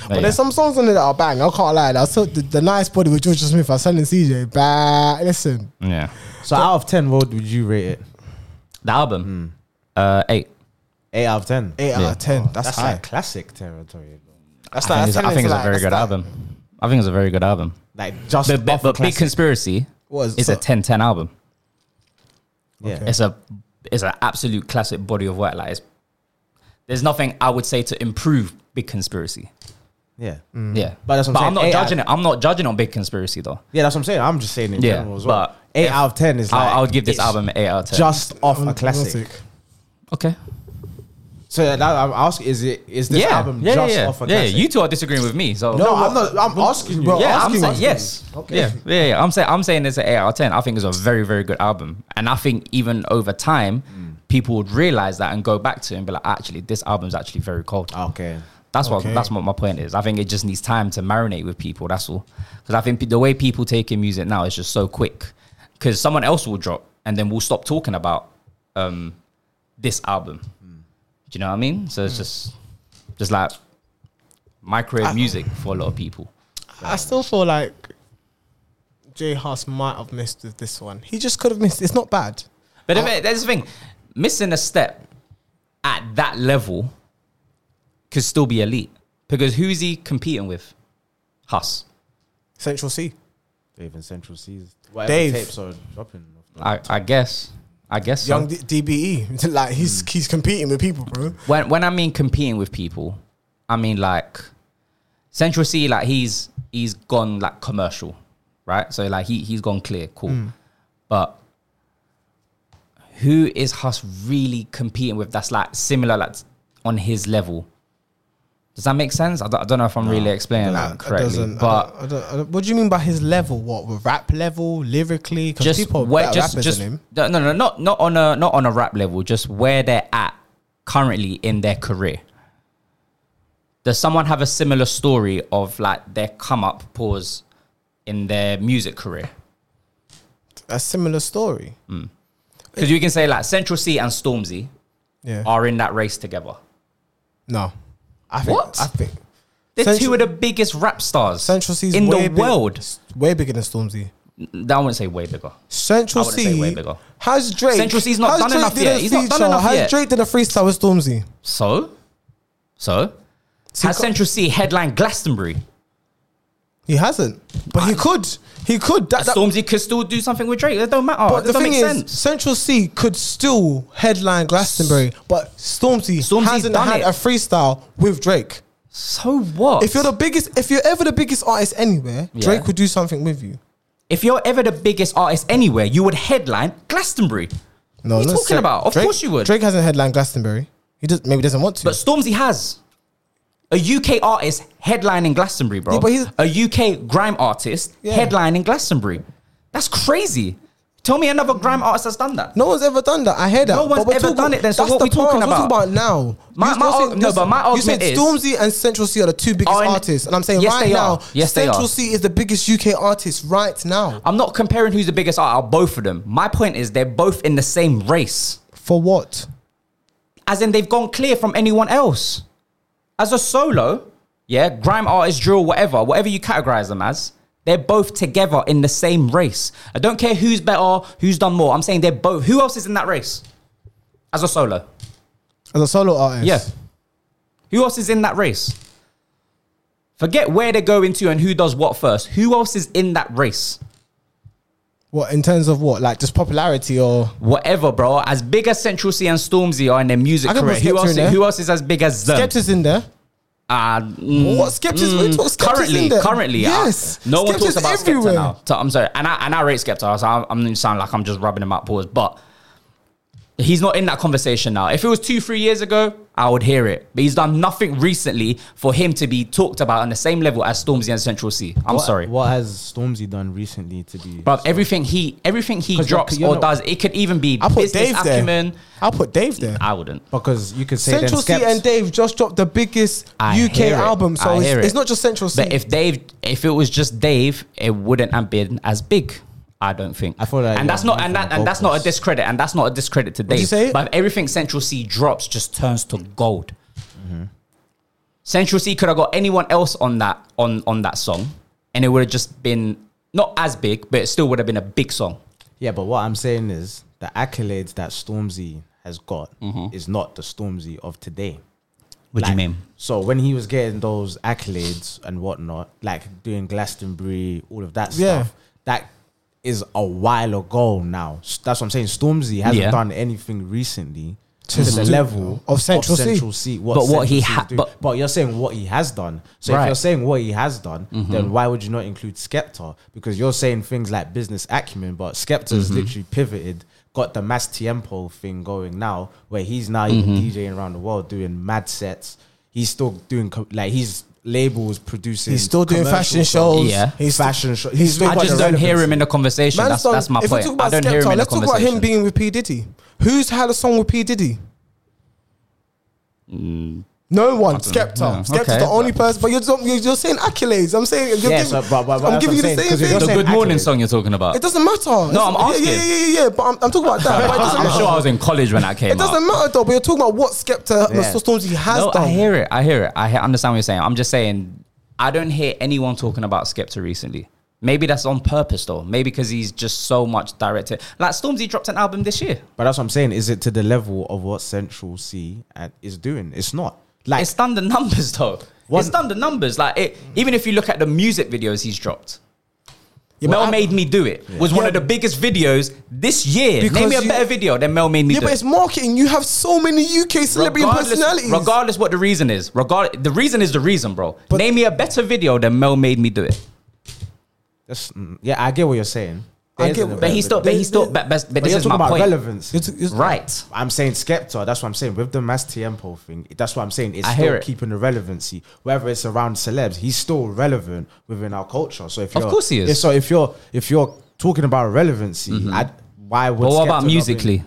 But But yeah. there's some songs on there that are bang. I can't lie. I saw the, the nice body with George Smith. I was telling CJ, bah, listen, Yeah. So out of ten, what would you rate it? the Hmm. album, uh, eight. Eight out of ten. eight out of ten. That's, That's high. like classic territory. bro. that's I like- think, it's, I that's think it's a like- very that's good like- album. I think it's a very good album. Like just But, but, above but Big classic. Conspiracy What is- is a so- 10-10 album. Yeah. Okay. It's a it's an absolute classic body of work. Like, it's, there's nothing I would say to improve Big Conspiracy. yeah, Hmm. Yeah, Mm. But that's what I'm saying, I'm not eight judging it. I'm not judging on Big Conspiracy though. yeah. That's what I'm saying. I'm just saying in Yeah, general as well. but eight out of ten is I'll- like I would give this it's album an eight out of ten. just off a Mm, classic. okay. So that, I'm asking, is it is this yeah. album yeah, just yeah, yeah. off a yeah. classic? You two are disagreeing with me. So no, I'm not. I'm asking you. Bro, yeah, I'm asking saying us. yes. Yeah, yeah, yeah. I'm saying I'm saying it's an eight out of ten. I think it's a very, very good album, and I think even over time, Hmm. people would realize that and go back to it and be like, actually, this album's actually very cold. Okay. That's what Okay. that's what my point is. I think it just needs time to marinate with people. That's all. Because I think pe- the way people take in music now is just so quick. Because someone else will drop, and then we'll stop talking about um, this album. Do you know what I mean? So it's Hmm. just just like microwave music for a lot of people. I still feel like Jay Haas might have missed with this one. He just could have missed. It's not bad. But if it, that's the thing, missing a step at that level could still be elite. Because who's he competing with? Huss. Central C. Dave and Central C's whatever Dave. tapes are dropping. I, I guess. I guess so. Young D- DBE. like he's he's competing with people, bro. when when I mean competing with people, I mean like Central C, like he's he's gone like commercial, right? So like he he's gone clear, cool. Hmm. But who is Huss really competing with? That's like similar, like on his level. Does that make sense? I don't, I don't know if I'm really explaining Nah, that it correctly, doesn't- I but don't- I don't- I don't- what do you mean by his level? What with rap level, lyrically? Because just people are where better just rappers just than him. no no no, not not on a not on a rap level just where they're at currently in their career does someone have a similar story of like their come up pause in their music career A similar story. because you can say like central c and stormzy Yeah. are in that race together no. I think, What? I think they're two Central- of the biggest rap stars Central C's in way the big- world way bigger than Stormzy. N- i wouldn't say way bigger Central I wouldn't say way C bigger. has Drake. Central C's not has done Drake enough did yet. a He's not done feature? enough has yet. Drake did a freestyle with Stormzy? so so See, has co- central c headline glastonbury He hasn't, but he could. He could. That, that, stormzy could still do something with drake that don't matter but it the doesn't thing make is, sense Central C could still headline Glastonbury, but Stormzy Stormzy's hasn't done had it. a freestyle with Drake. So what? If you're the biggest, if you're ever the biggest artist anywhere, Yeah. Drake would do something with you. if you're ever the biggest artist anywhere, you would headline Glastonbury. No, what are you let's talking say- about? Of Drake- course you would. Drake hasn't headlined Glastonbury. He does, maybe doesn't want to. But Stormzy has a UK artist headlining Glastonbury, bro. Yeah, but he's- a UK grime artist Yeah. headlining Glastonbury. That's crazy. Tell me another grime artist that's done that. no one's ever done that. I hear that. No one's But we're ever done it then, so that's what the we talking past. We're about? now. My- You- my you're arg- saying- no, you're but my saying- argument you is- said Stormzy and Central C are the two biggest Are in- artists, and I'm saying Yes, right they now, are. Yes, they Central are. Uh, C is the biggest UK artist right now. I'm not comparing who's the biggest artist, are both of them. My point is they're both in the same race. For what? as in they've gone clear from anyone else. As a solo, yeah, grime artist, drill, whatever, whatever you categorize them as, they're both together in the same race. I don't care who's better, who's done more. I'm saying they're both. Who else is in that race? As a solo, As a solo artist, yeah. Who else is in that race? Forget where they're going to and who does what first. Who else is in that race? What in terms of what, like just popularity or Whatever, bro. As big as Central C and Stormzy are in their music I can put career, who Skepta else, in there. who else is as big as them? Skepta's in there? Uh, mm, What? Skepta's- we talk Skepta's currently, in there. currently, Yes. yes. no one Skepta's talks about everywhere. Skepta now. So I'm sorry, and I and I rate Skepta. So I'm, I'm gonna sound like I'm just rubbing him out pause, but he's not in that conversation now. If it was two, three years ago, I would hear it, but he's done nothing recently for him to be talked about on the same level as Stormzy and Central C. I'm What- sorry, What has Stormzy done recently to be? but everything he everything he 'Cause you're- drops you're or not- does, it could even be I put business Dave acumen. there. I put Dave there. I wouldn't. because you could say then Central C Skept- and Dave just dropped the biggest I UK hear it. album, so I it's, hear it. it's not just Central C. But if Dave, if it was just Dave, it wouldn't have been as big. I don't think. I feel like and that's I'm not going and for that, the and that's not a vocals. discredit and that's not a discredit to Dave. you say? But if everything Central C drops just turns to gold. Central C could have got anyone else on that on on that song, and it would have just been not as big, but it still would have been a big song. Yeah, but what I'm saying is the accolades that Stormzy has got Mm-hmm. is not the Stormzy of today. What Like, So when he was getting those accolades and whatnot, like doing Glastonbury, all of that Yeah. stuff, that is a while ago now. S- That's what I'm saying. Stormzy hasn't Yeah. done anything recently to, To the do- level of Central C. C. But what he Central C ha- is doing. but- but you're saying what he has done. So Right. if you're saying what he has done, Mm-hmm. then why would you not include Skepta? Because you're saying things like business acumen, but Skepta's Mm-hmm. literally pivoted, got the Mas Tiempo thing going now, where he's now Mm-hmm. even DJing around the world doing mad sets. He's still doing co- like he's labels producing. He's still doing commercial fashion stuff. shows. Yeah. He's fashion show. He's he's still still I got got just the don't hear him relevance. in the conversation. Man's That's, done- that's my if we point. talk I about don't hear him in Skepta, the let's talk about conversation. him being with P Diddy. Who's had a song with P Diddy? No one. Skepta. know. Skepta's Okay. the only person. But you're, just- you're, you're saying accolades. I'm saying. You're Yeah, giving, so- but- but- but I'm that's giving what you I'm the saying, same 'cause you're thing. the saying good morning accolades. song you're talking about. It doesn't matter. No, I'm Yeah, Yeah, asking. yeah, yeah, yeah. But I'm, I'm talking about that. but it doesn't I'm matter. sure I was in college when that came It out. doesn't matter though. But you're talking about what Skepta Yeah. the Stormzy has no, done. I hear it. I hear it. I he- understand what you're saying. I'm just saying, I don't hear anyone talking about Skepta recently. Maybe that's on purpose though. Maybe because he's just so much directed. Like Stormzy dropped an album this year. But that's what I'm saying. Is it to the level of what Central C at- is doing? It's not. Like It's done the numbers though. One- It's done the numbers. Like it, even if you look at the music videos he's dropped. Yeah, Mel but I- made me do it was one Yeah. of the biggest videos this year. Name Because me a you- better video than Mel made me Yeah, do. but it. it's marketing. You have so many UK celebrity personalities. regardless what the reason is, regard the reason is the reason, bro. But- Name me a better video than Mel made me do it. That's, mm, yeah, I get what you're saying. I There is get an what- But he element. still, but he still, but, but, but But this you're is talking my about point. relevance. It's- it's- Right. I'm saying Skepta. That's what I'm saying. With the Mass Tiempo thing, that's what I'm saying. It's I still hear it. keeping the relevancy. Whether it's around celebs, he's still relevant within our culture. So if Of you're, course he is. Mm-hmm. yeah, So if you're if you're talking about relevancy, I'd, why would? But what Skepta not about be- musically?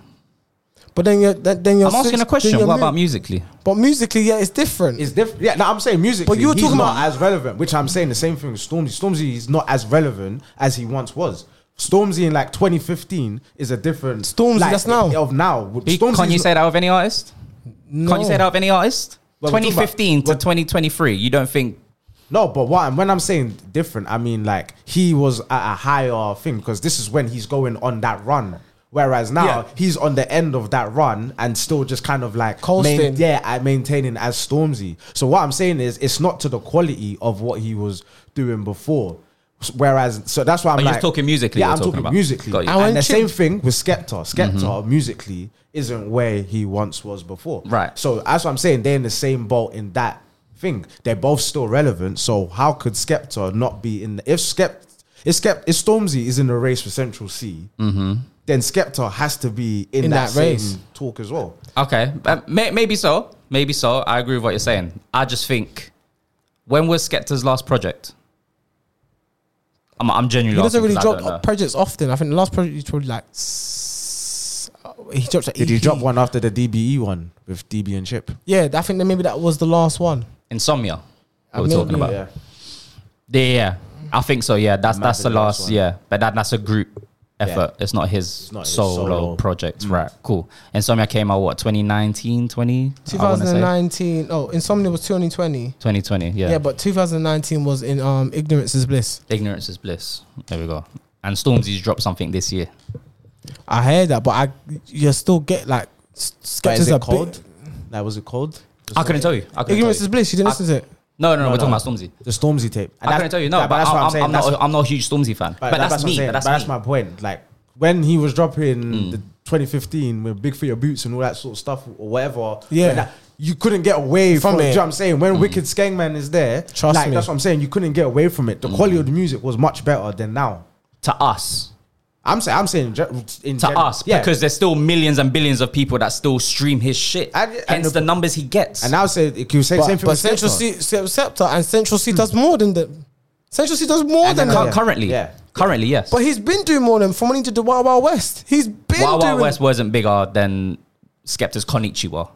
But then you're that, then you're. I'm asking switch- a question. then you're What about mu- musically? But musically, yeah, it's different. It's different. Yeah, no, I'm saying music. But you were talking not about- as relevant, which I'm saying the same thing with Stormzy. Stormzy is not as relevant as he once was. Stormzy in like 2015 is a different Stormzy, like, that's now. of now. Stormzy Can you say that of any artist? Can you say that of any artist? Well, we're talking about- 2015 to we're- 2023. You don't think? No, but what I'm, when I'm saying different, I mean like he was at a higher thing because this is when he's going on that run. Whereas now Yeah. he's on the end of that run and still just kind of like Coasting. yeah, I maintaining as Stormzy. So what I'm saying is it's not to the quality of what he was doing before. S- Whereas so that's why I'm Are you like just talking musically Yeah, you're I'm talking talking about? musically. Got you. I And the went same to- thing with Skepta. Skepta musically isn't where he once was before. Right. So that's what I'm saying. They're in the same boat in that thing. They're both still relevant. So how could Skepta not be in? The, if Skept, if Skept, if Stormzy is in the race for Central C, then Skepta has to be in, In that, that race. same talk as well. Okay, but may, maybe so. Maybe so. I agree with what you're saying. I just think, when was Skepta's last project? I'm, I'm genuinely. He doesn't asking really 'cause I don't know. drop projects often. I think the last project he's probably like. s- He dropped like Did he drop one after the DBE one with DB and Chip? Yeah, I think that maybe that was the last one. Insomnia. We're Maybe. talking about. Yeah. Yeah. yeah, I think so. Yeah, that's Might that's be the the last last. one. yeah, but that that's a group effort. It's not his not his solo, Mm. solo. project, right? Cool. Insomnia came out what 2019, 20, I wanna say. 2019. Oh, Insomnia was 2020. 2020. Yeah. Yeah, but 2019 was in um Ignorance is Bliss. Ignorance is bliss. There we go. And Stormzy's dropped something this year. I hear that, but I you still get like s- But is skeptics are it bit- cold? That was it cold? I couldn't tell you. I couldn't Ignorance tell is you. bliss. You didn't listen to it. No, no, no, No, We're talking no. about Stormzy. The Stormzy tape. And I that- couldn't tell you. No, that- but that's I, what I'm am saying. I'm That's not. what- I'm not a huge Stormzy fan. But, that's, what I'm me. saying. But that's, But me. Mm. my point. Like when he was dropping the 2015 with Big for Your Boots and all that sort of stuff or whatever. Yeah. when that- you couldn't get away From from, it. Do you it. know what I'm saying? When Mm. Wicked Skangman is there, Trust like me. that's what I'm saying. You couldn't get away from Mm. it. The quality of the music was much better than now. to us, I'm saying, I'm saying in, ge- in to general. us, because there's still millions and billions of people that still stream his shit. And- and Hence the- the, numbers he gets. and now say you can say the same But, thing. but with Central Skepta. C, Se- Scepter and Central Hmm. C does more than the Central C does more And than then Cu- that. yeah. Currently, Yeah. currently, yes. But he's been doing more than from when he did the Wild Wild West. He's been Wild doing Wild West wasn't bigger than Skepta's Konichiwa.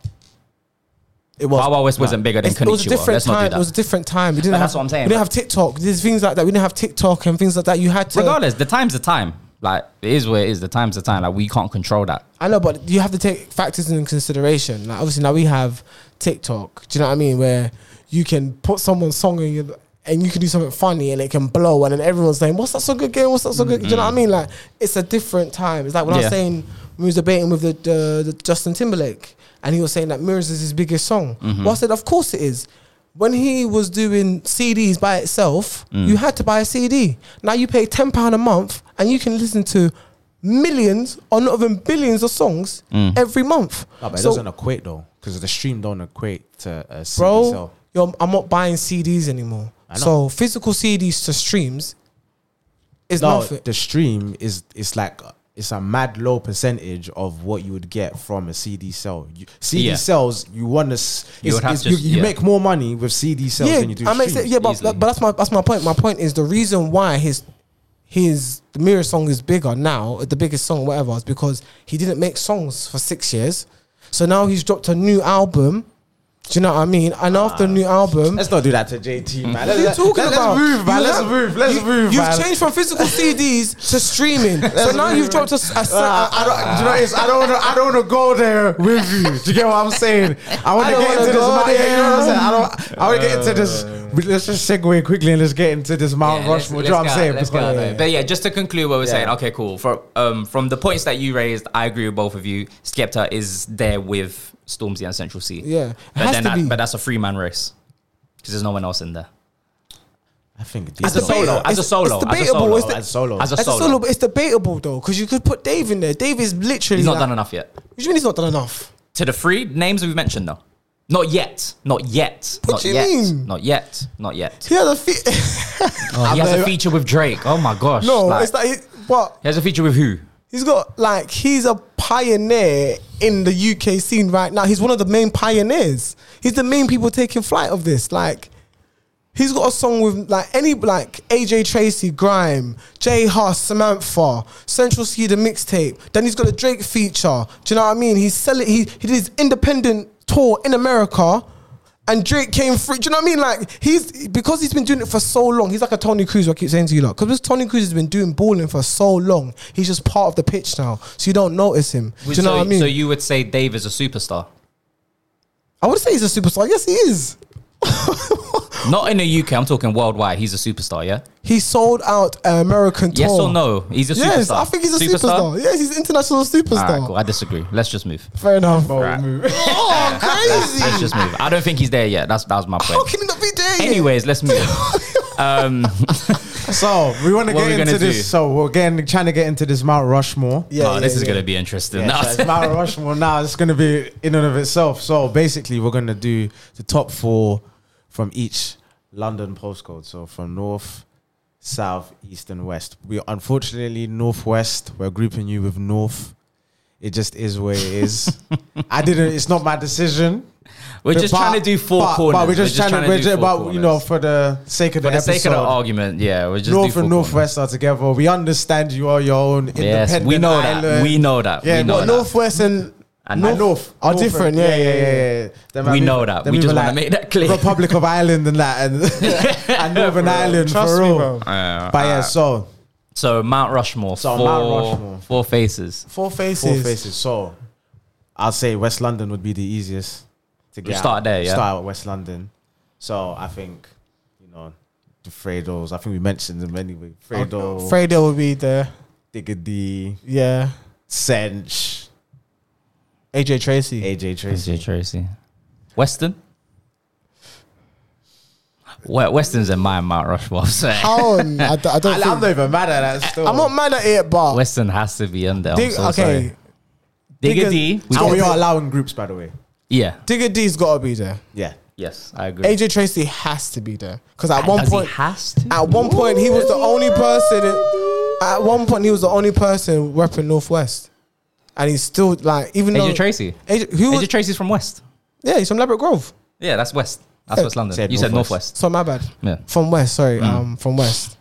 It was. Wild Wild West wasn't bigger than It's- it was a Konichiwa. different Let's not do time. that. It was a different time. We didn't But have, that's what I'm saying, We didn't but- have TikTok. There's things like that. We didn't have TikTok and things like that. You had to. Regardless, the time's the time. Like it is where it is. The time's the time. Like we can't control that. I know, but you have to take factors in consideration. Like obviously now we have TikTok. Do you know what I mean? Where you can put someone's song in your, and you can do something funny and it can blow and then everyone's saying, What's that so good game? What's that so good? Do you know what I mean? Like it's a different time. It's like when I Mm. Yeah. was saying we was debating with the, the, the Justin Timberlake and he was saying that Mirrors is his biggest song. Well I said, Of course it is. When he was doing CDs by itself, you had to buy a CD. Now you pay ten pound a month and you can listen to millions or not even billions of songs every month. No, but it So, doesn't equate though, because the stream don't equate to uh, a CD bro, sale. yo, I'm not buying CDs anymore. I So physical CDs to streams is No, nothing. the stream is it's like it's a mad low percentage of what you would get from a CD sell. You, CD Yeah. sells, you want to. You would have to- you, you yeah. make more money with CD sales yeah, than you do. I make sense. streams. Yeah, but, easily. but that's my that's my point. My point is the reason why his his the mirror song is bigger now, the biggest song, whatever, is because he didn't make songs for six years. So now he's dropped a new album. Do you know what I mean? And after the new album, Ah. Let's not do that to JT, man. What are you Let's, talking let's, about? Let's move, man. You Let's have- move. Let's you, move, You've man. changed from physical CDs to streaming. so now move, you've dropped a, s- a s- Uh, I a- don't, do you know, what it is? I don't, wanna, I don't want to go there with you. Do you get what I'm saying? I want I to don't get into wanna this. go Mount, yeah, you know what I'm saying? there. I don't. I want to get into this. Let's just segue quickly and let's get into this Mount Yeah, let's- Rushmore. Do you know what let's I'm go- saying? let's go Because- out there. But yeah, just to conclude what we're saying, Yeah. okay, cool. For, um, from the points that you raised, I agree with both of you. Skepta is there with Stormzy and Central C. Yeah, it But, has then to that, be. but that's a three man race because there's no one else in there. I As think a It's debatable. solo, as a It's- solo, it's as a debatable. solo, It's de- as a solo, as a It's a solo. solo, but it's debatable though, because you could put Dave in there. Dave is literally. He's not like- done enough yet. What do you mean he's not done enough? To the three names we've mentioned, though. Not yet. Not yet. What not do you yet. mean? Not yet. Not yet. He had a feat. Oh, he has never- a feature with Drake. Oh my gosh. no, like- it's like, he, but he has a feature with who? he's got like he's a pioneer in the UK scene right now. He's one of the main pioneers. He's the main people taking flight of this. Like, he's got a song with like any like AJ Tracy, Grime, Jay Huss, Samantha, Central C, the mixtape. Then he's got a Drake feature. Do you know what I mean? He's selling. He he did his independent tour in America. And Drake came through. Do you know what I mean? Like he's because he's been doing it for so long. He's like a Tony Cruz. what I keep saying to you, lot. Because Tony Cruz has been doing balling for so long, he's just part of the pitch now. So you don't notice him. Do you know so, what I mean? so you would say Dave is a superstar. I would say he's a superstar. Yes, he is. Not in the UK. I'm talking worldwide. He's a superstar. Yeah. He sold out an American tour. Yes or no? He's a superstar. Yes, I think he's a superstar. Yes, he's an international All superstar. right, cool. I disagree. Let's just move. Fair enough. Right. Oh, Let's crazy. just move. I don't think he's there yet. That's that was my How point. can he not be there? yet? Anyways, let's move. Um, So we want to What are get we into gonna do? this. So we're getting trying to get into this Mount Rushmore. Yeah, oh, yeah, this is yeah. gonna be interesting. Yeah, so it's Mount Rushmore now. It's going to be in and of itself. So basically, we're going to do the top four from each London postcode. So from north, south, east, and west. We unfortunately northwest. We're grouping you with north. It just is where it is. I didn't. It's not my decision. we're But- just trying to do four but, corners. But we're just trying to. We're do just, four but you know, for the sake for of the the episode, sake of the argument, yeah, we're just do North four and corners. Northwest are together. We understand you are your own independent Yes, we know island. that. We know that. Yeah, we know What, that. Northwest and And North, North- North are different, yeah, yeah, yeah. We Then maybe- know that. then We maybe just wanna make that clear. Republic of Ireland and that, and, and Northern Ireland Trust for me, real. bro. Uh, But yeah, so so Mount Rushmore, So four, Mount Rushmore. four faces. Four four faces. faces. So I'll say West London would be the easiest to get. start out. there, yeah? Start at West London. So I think you know the Fredos. I think we mentioned them anyway. Oh, Fredo, Fredo will be there. Diggity, Yeah. Sench, AJ Tracy. AJ Tracy. AJ Tracy, Weston. Well, Weston's in my Mount Rushmore. I'm saying. How on? I, d- I don't I, I'm think, not even mad at that. Still, I'm not mad at it, but Weston has to be in there. I'm Dig- so sorry. okay, Digger Digger- D. we- And we are allowing groups, by the way. yeah. Digger D's got to be there. Yeah. Yes, I agree. AJ Tracy has to be there because at one Does point he has to? At one point, he was the only person. in- at one point, he was the only person repping Northwest, and he's still like even though AJ Tracy. AJ, who was, AJ Tracy's from West. yeah, he's from Labrador Grove. Yeah, that's West. That's Yeah. West London. Said you said Northwest. Northwest. So my bad. Yeah. From West, sorry, Mm. um, from West.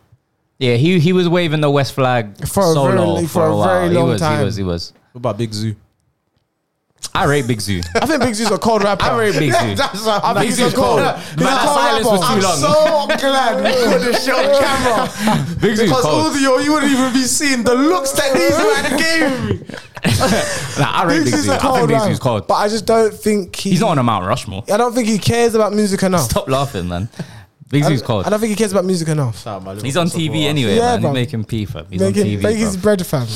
Yeah, he he was waving the West flag For a solo very- for, a, very long he was, time. He was. He was. What about Big Zoo? I rate Big Zoo. I think Big Zoo's a cold rapper. I rate Big Zoo. I think Big he's a Zoo's cold. cold. Man, He's a that cold silence rapper. was too I'm long. so glad we put this shit on camera. Big Zoo's because cold. audio, you wouldn't even be seeing the looks that these man gave me. Nah, I rate Big Zoo. I think Big man. Zoo's cold. But I just don't think he, He's not on a Mount Rushmore. I don't think he cares about music enough. Stop laughing, man. Big Zoo's I cold. don't think he cares about music enough. Shout out my little He's on supporter. TV anyway, Yeah, man. bro. He's making P fam. He's Make, on it, make his TV. bro. bread, fam.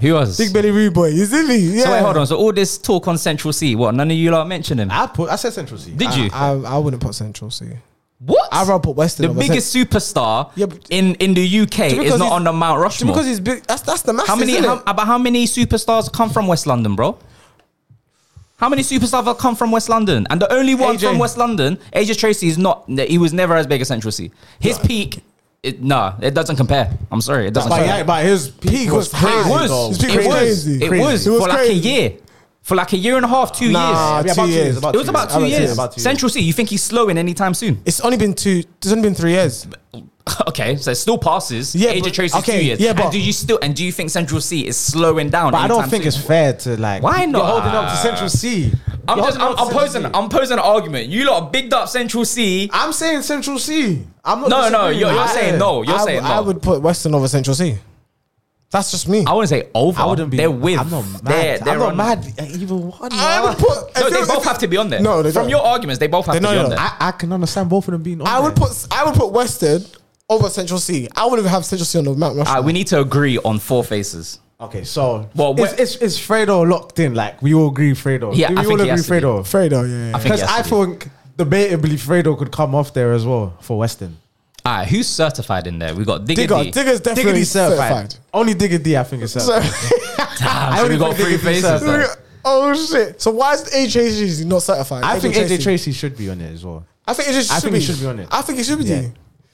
Who else? Big Belly Rude Boy. You see me? Yeah. So wait, hold on. So all this talk on Central C, what? None of you lot mentioned him. I put. I said Central C. Did you? I, I wouldn't put Central C. what? I'd rather put Western. the over biggest superstar Yeah, but- in, in the UK Central. is Because not he's- on the Mount Rushmore. Because he's big. That's that's the masses. how many? isn't How, it? about how many superstars come from West London, bro? How many superstars have come from West London? And the only one AJ. from West London, AJ Tracy, is not. He was never as big as Central C. His peak, it, nah, it doesn't compare. I'm sorry, it doesn't. But, compare. yeah, but his Peak peak was was high. It crazy. was. though. His peak It was was. crazy. It Crazy. was It was for like a crazy. year, for like a year and a half, two years. Nah, Yeah, two about two years. years. about It was about two About two years. years. About two years. Central C. You think he's slowing anytime soon? It's only been two. It's only been three years. okay, so it still passes. Yeah, Yeah, AJ but- Tracy's okay, two years. yeah, Yeah, but- and do you still and do you think Central C is slowing down? But I don't anytime think soon? it's fair to like. Why not? You're holding up to Central C. I'm You're just holding I'm, up to I'm Central posing C. I'm posing an argument. You lot bigged up Central C. I'm saying Central C. I'm not. No, no, disagreeing. you're, you're I- saying no. You're I, saying no. I would put Western over Central C. That's just me. I wouldn't say over. I wouldn't be. They're with. I'm not mad. They're, they're I'm not on- mad at either one. I man. would put. No, if they it- both if- have to be on there. No, they From don't. your arguments, they both have They- to no, be no, on no. there. I, I can understand both of them being. On I would there. put. I would put Western over Central C. I wouldn't have Central C on the Mount Rushmore. Alright, we need to agree on four faces. Okay, so Well, it's, we- it's it's Fredo locked in. Like we all agree, Fredo. Yeah, Do we I think all he agree, has to be. Fredo. Afraid though, yeah. I think Because he I has to be. think debatably Fredo could come off there as well for Western. Alright, who's certified in there? We got Digger. Digger, Digger's definitely Diggity certified. certified. Only Diggity, I think, is certified. Damn, so we only got think three Digger is faces. certified. then. oh shit! So why is AJ Tracy not certified? I think Tracy. AJ Tracy should be on it as well. I think it just should, I think be. he should be on it. I think it should be. Yeah.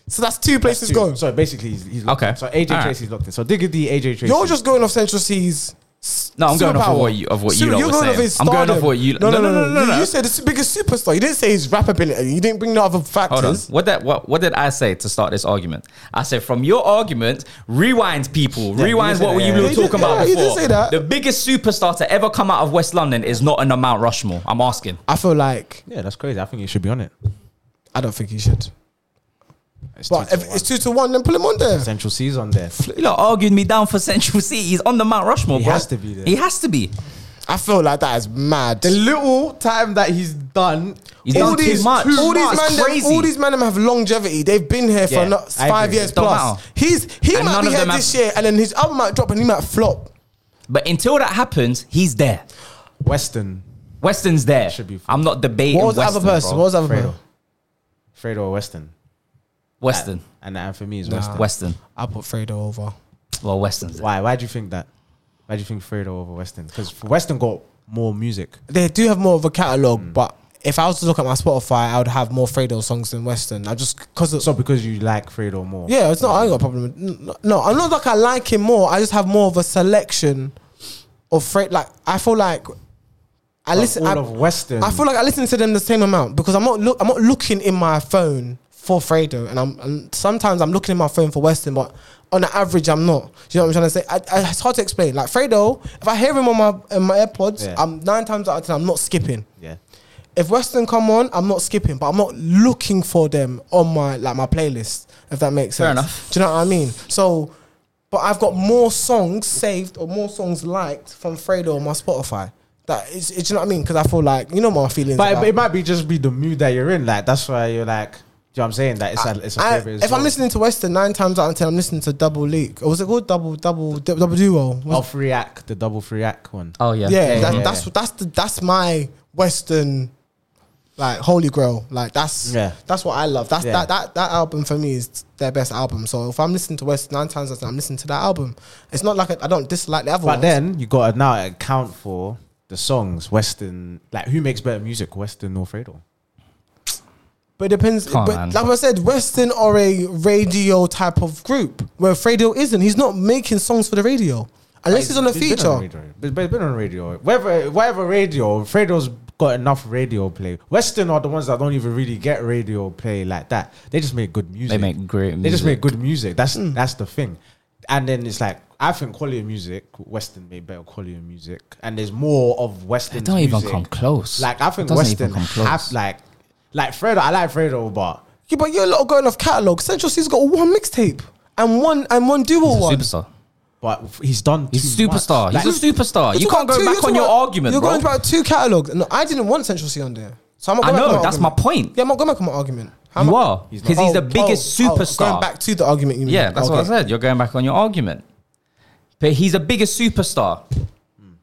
So that's two places Dude, gone. So basically, he's, he's locked Okay. In. So AJ All right. Tracy's locked in. So Diggity, AJ Tracy. You're just going off Central C's. s- No, I'm going off of superpower. what you- of what you Super- lot you're were going off saying. his I'm going stardom. off what you- No, no, no, no, no, no, You- no. You said the biggest superstar. You didn't say his rap ability. You didn't bring the other Hold on. factors. What did what, what did I say to start this argument? I said from your argument, rewind people, you rewind said what that, were you yeah. were You talking did- yeah, about you did before. say that. The biggest superstar to ever come out of West London is not on the Mount Rushmore. I'm asking. I feel like yeah, that's crazy. I think he should be on it. I don't think he should. It's But two to if one. it's two to one, then pull him on there. Central C's on there. You lot argued me down for Central C. He's on the Mount Rushmore. He bro. has to be there. He has to be. I feel like that is mad. The little time that he's done, He's done too much. two all these months- It's man, them- crazy. all these men them have longevity. They've been here for Yeah, not I five agree. years Don't plus. matter. He's he And might none be of here them this have- year, and then his album might drop, and he might flop. But until that happens, he's there. Western. Weston's there. Should be fine. I'm not debating What was the Weston. other person? bro. What was the other Fredo. person? Fredo or Weston. Weston. And, and for me, is Nah. Weston. Weston. I put Fredo over. Well, Weston's there. Why? Why do you think that? Why do you think Fredo over Western? Because Western got more music. They do have more of a catalog, but if I was to look at my Spotify, I would have more Fredo songs than Western. I just because So because you like Fredo more. yeah, it's not. I ain't got a problem. With, n- n- no, I'm not like I like him more. I just have more of a selection of Fredo. Like I feel like I But listen. all I, of Western. I feel like I listen to them the same amount because I'm not look I'm not looking in my phone for Fredo and I'm and sometimes I'm looking in my phone for Western, but on the average I'm not. Do you know what I'm trying to say? I, I, it's hard to explain. Like Fredo, if I hear him on my in my AirPods, Yeah. I'm nine times out of ten I'm not skipping. yeah. If Western come on, I'm not skipping, but I'm not looking for them on my like my playlist. If that makes Fair sense. enough. Do you know what I mean? So, but I've got more songs saved or more songs liked from Fredo on my Spotify. That is, do you know what I mean? Because I feel like you know my feelings. But about- it, it might be just be the mood that you're in. Like that's why you're like. Do you know what I'm saying? That it's a it's a I- favorite. if I'm listening to Western nine times out of ten, I'm listening to Double Leak. Or was it called Double Double du- Double Duo? Was- I'll free act the double free act one. Oh yeah. yeah, yeah, that, yeah, that's yeah. that's the that's my Western like holy grail. Like that's Yeah. that's what I love. That's Yeah. that, that that album for me is their best album. So if I'm listening to Western nine times out of ten, I'm listening to that album. It's not like I, I don't dislike the other But one. then you gotta now account for the songs Western. Like who makes better music, Western or Fredo? But it depends. Come on, but man. like I said, Western are a radio type of group where Fredo isn't. He's not making songs for the radio unless he's on a It's been on feature. radio. But- but it's been on radio. Whether whatever radio, Fredo's got enough radio play. Western are the ones that don't even really get radio play like that. They just make good music. They make great music. Hmm. They just make good music. That's that's the thing. and then it's like I think quality of music, Western made better quality of music, and there's more of Western. It don't even music. come close. Like I think It doesn't even Western come close. have like, like Fredo. I like Fredo, but Yeah, but you're a lot of going off catalog. Central C's got one mixtape and one and one dual one. superstar. but he's done. He's too superstar. Much. Like, He's a superstar. You're You talking can't about go two- back on you're your talking about- argument, You're bro. going about two catalogs. No, I didn't want Central C on there, so I'm not I going back know. on That's my argument. point. Yeah, I'm not going back on my argument. How You am I- are He's because not. he's the Oh, biggest oh, oh, superstar. going back to the argument, you mean? yeah, that's what I Okay. said. You're going back on your argument, but he's the biggest superstar.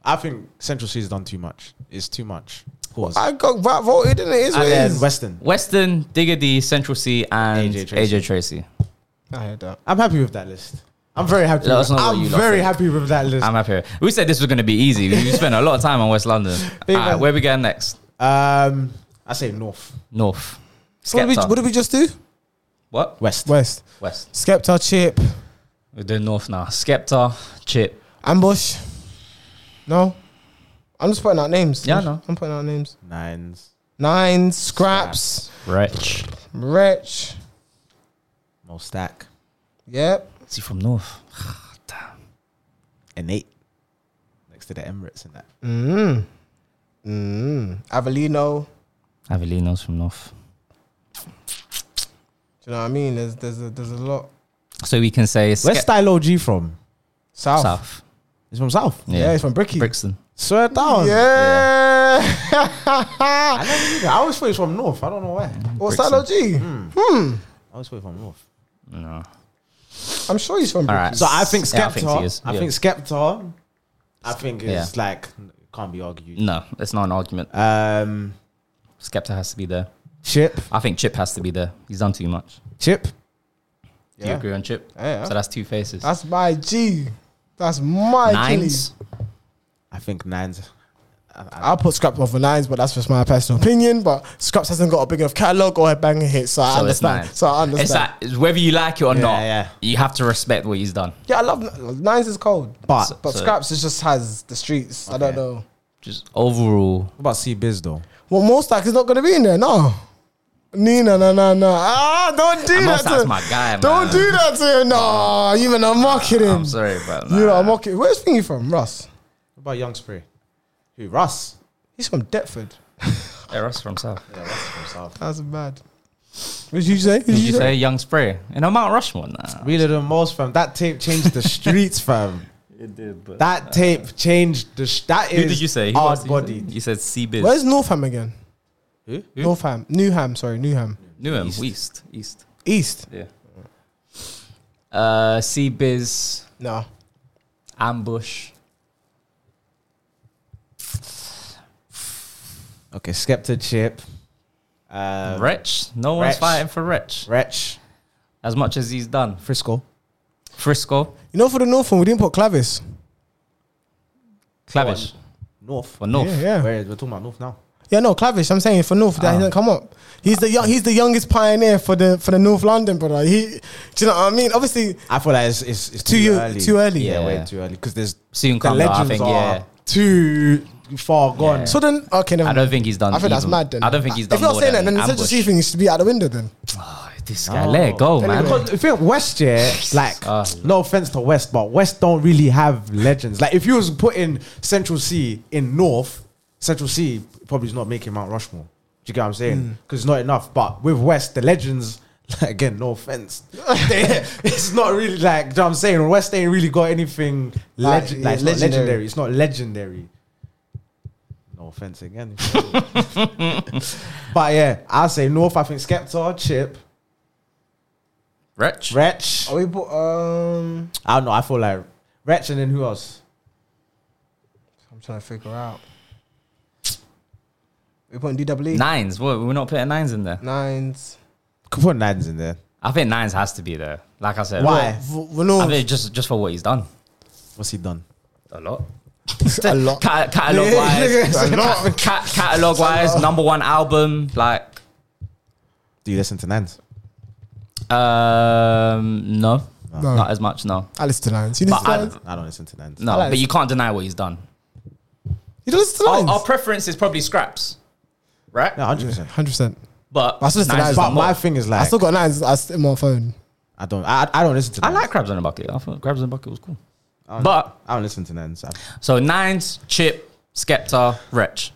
I think Central C's done too much. It's too much. Pause. I got right voted, and it is what and it then is. Western. Western, Diggity, Central C, and AJ AJ Tracy. Tracy. I heard that. I'm happy with that list. I'm very happy. Let with, us know what I'm you lot very think. happy with that list. I'm happy. We said this was going to be easy. We spent a lot of time on West London. Big Alright, man. where we going next? Um, I say North, North. So what, did we, Skepta. what did we just do? What? West. West. West. Skepta, Chip, We're doing North now. Skepta, Chip. Ambush. No, I'm just putting out names. Yeah, I I'm, know. I'm putting out names. Nines, Nines, Scraps, Rich. Wretch. Mo Stack, Yep. Is he from North? and eight next to the Emirates and that. Mm. Mm. Avellino. Avellino's from North. Do you know what I mean? There's there's a, there's a lot. So we can say Ske- Where's Style OG from? South. South. He's from South. Yeah. Yeah. it's from Bricky. Brixton. Swear down. Yeah. I, never knew that. I always thought he's from North. I don't know why. What's that, OG? Mm. I always thought he's from North. No. I'm sure he's from All Bricky. right. So I think Skepta. Yeah, I think I think, he is. Yeah. Skepta. I think it's like can't be argued. No, it's not an argument. Um, Skepta has to be there. Chip, I think Chip has to be there. He's done too much. Chip. Do you agree on Chip? Yeah. So that's two faces. That's my G. That's my G. Nines. I think Nines. I, I, I'll put Scraps over Nines, but that's just my personal opinion. But Scraps hasn't got a big enough catalogue or a banger hit, so, So I it's understand. Nines. So I understand. It's like it's whether you like it or Yeah, not, yeah. you have to respect what he's done. yeah, I love Nines is cold, But- but so- Scraps is just has the streets. I don't Okay. know. Just overall, what about C Biz though? Well, Mostak is not going to be in there. No, Nina, no, no, no. Ah, don't do And that. Mostak's to- my guy, Don't man. do that to him. No, you man, I'm mocking him. I'm sorry, but You know, nah. I'm mocking. Where's Thingy from? Russ. What about Young Spray? Who Russ? He's from Deptford. Yeah, Russ from South. Yeah, Russ from South. That's bad. What did you say? What Did you say Young Spray in a Mount Rushmore? Nah. Wheeler the most fam. That tape changed the streets fam. It did, but uh, That tape changed the. Sh- that who is did you say? Who else Hard did body. You, say? you said Seabiz. Where's Northam again? Who? Who? Northam, Newham, sorry, Newham, Newham East. East. East. East. Yeah. Uh, Seabiz, No, Ambush. Okay, Skepta Chip. Uh, Um, Rich. No one's Rich. fighting for Rich. Retch. As much as he's done. Frisco. Frisco, you know for the Northam we didn't put Clavis. Clavish North. for North. Yeah, yeah, Where, we're talking about North now. yeah. No, Clavis. I'm saying for North Ah. that he didn't come up. He's the young, he's the youngest pioneer for the for the North London brother. He, do you know what I mean? Obviously, I feel like it's, it's, it's too too, you- early. too early. Yeah, Yeah. way too early. Because there's Soon the come, though, I legends think. are Yeah. too far gone. Yeah. so then okay, never I don't think he's done. I think that's even- mad. Then I don't think he's done. If you're more saying that, than then the Central ambush. C thing should be out the window. Then Oh, this guy, let it go, man. Because if you're West, yeah, like Ah. no offense to West, but West don't really have legends. Like if you was putting Central C in North, Central C probably is not making Mount Rushmore. Do you get what I'm saying? Mm. Because it's not enough. But with West, the legends. Again, no offense. they- it's not really like do you know what I'm saying. West ain't really got anything Like, legend. yeah, Like, it's not legendary. legendary. It's not legendary. No offense again. but yeah, I'll say North. I think Skepta, Chip, Rich. Retch. are we put um? I don't know. I feel like Retch and then who else? I'm trying to figure out. We putting DWE Nines. What? We're not putting nines in there. E? nines. Could put Nines in there. I think nines has to be there. Like I said. Why? V- I Renault, think just just for what he's done. What's he done? A lot. a lot. Cat- catalog wise. Cat- catalog wise, number one album. Like, Do you listen to Nines? um, no, No. not as much. No, I listen to nines. You but listen to I, nines. I don't listen to Nines. no, I like but it. you can't deny what he's done. You don't listen to Our, nines. our preference is probably scraps, right? No, hundred percent. Hundred percent. But I still listen to nines is Nines, But more. my thing is like I still got nines. I still in my phone. I don't. I, I don't listen to. I Nines. like Crabs in a Bucket. I thought Crabs in a Bucket was cool. Oh, I don't- But- I don't listen to Nens. I, So Nines, Chip, Skepta, Wretch.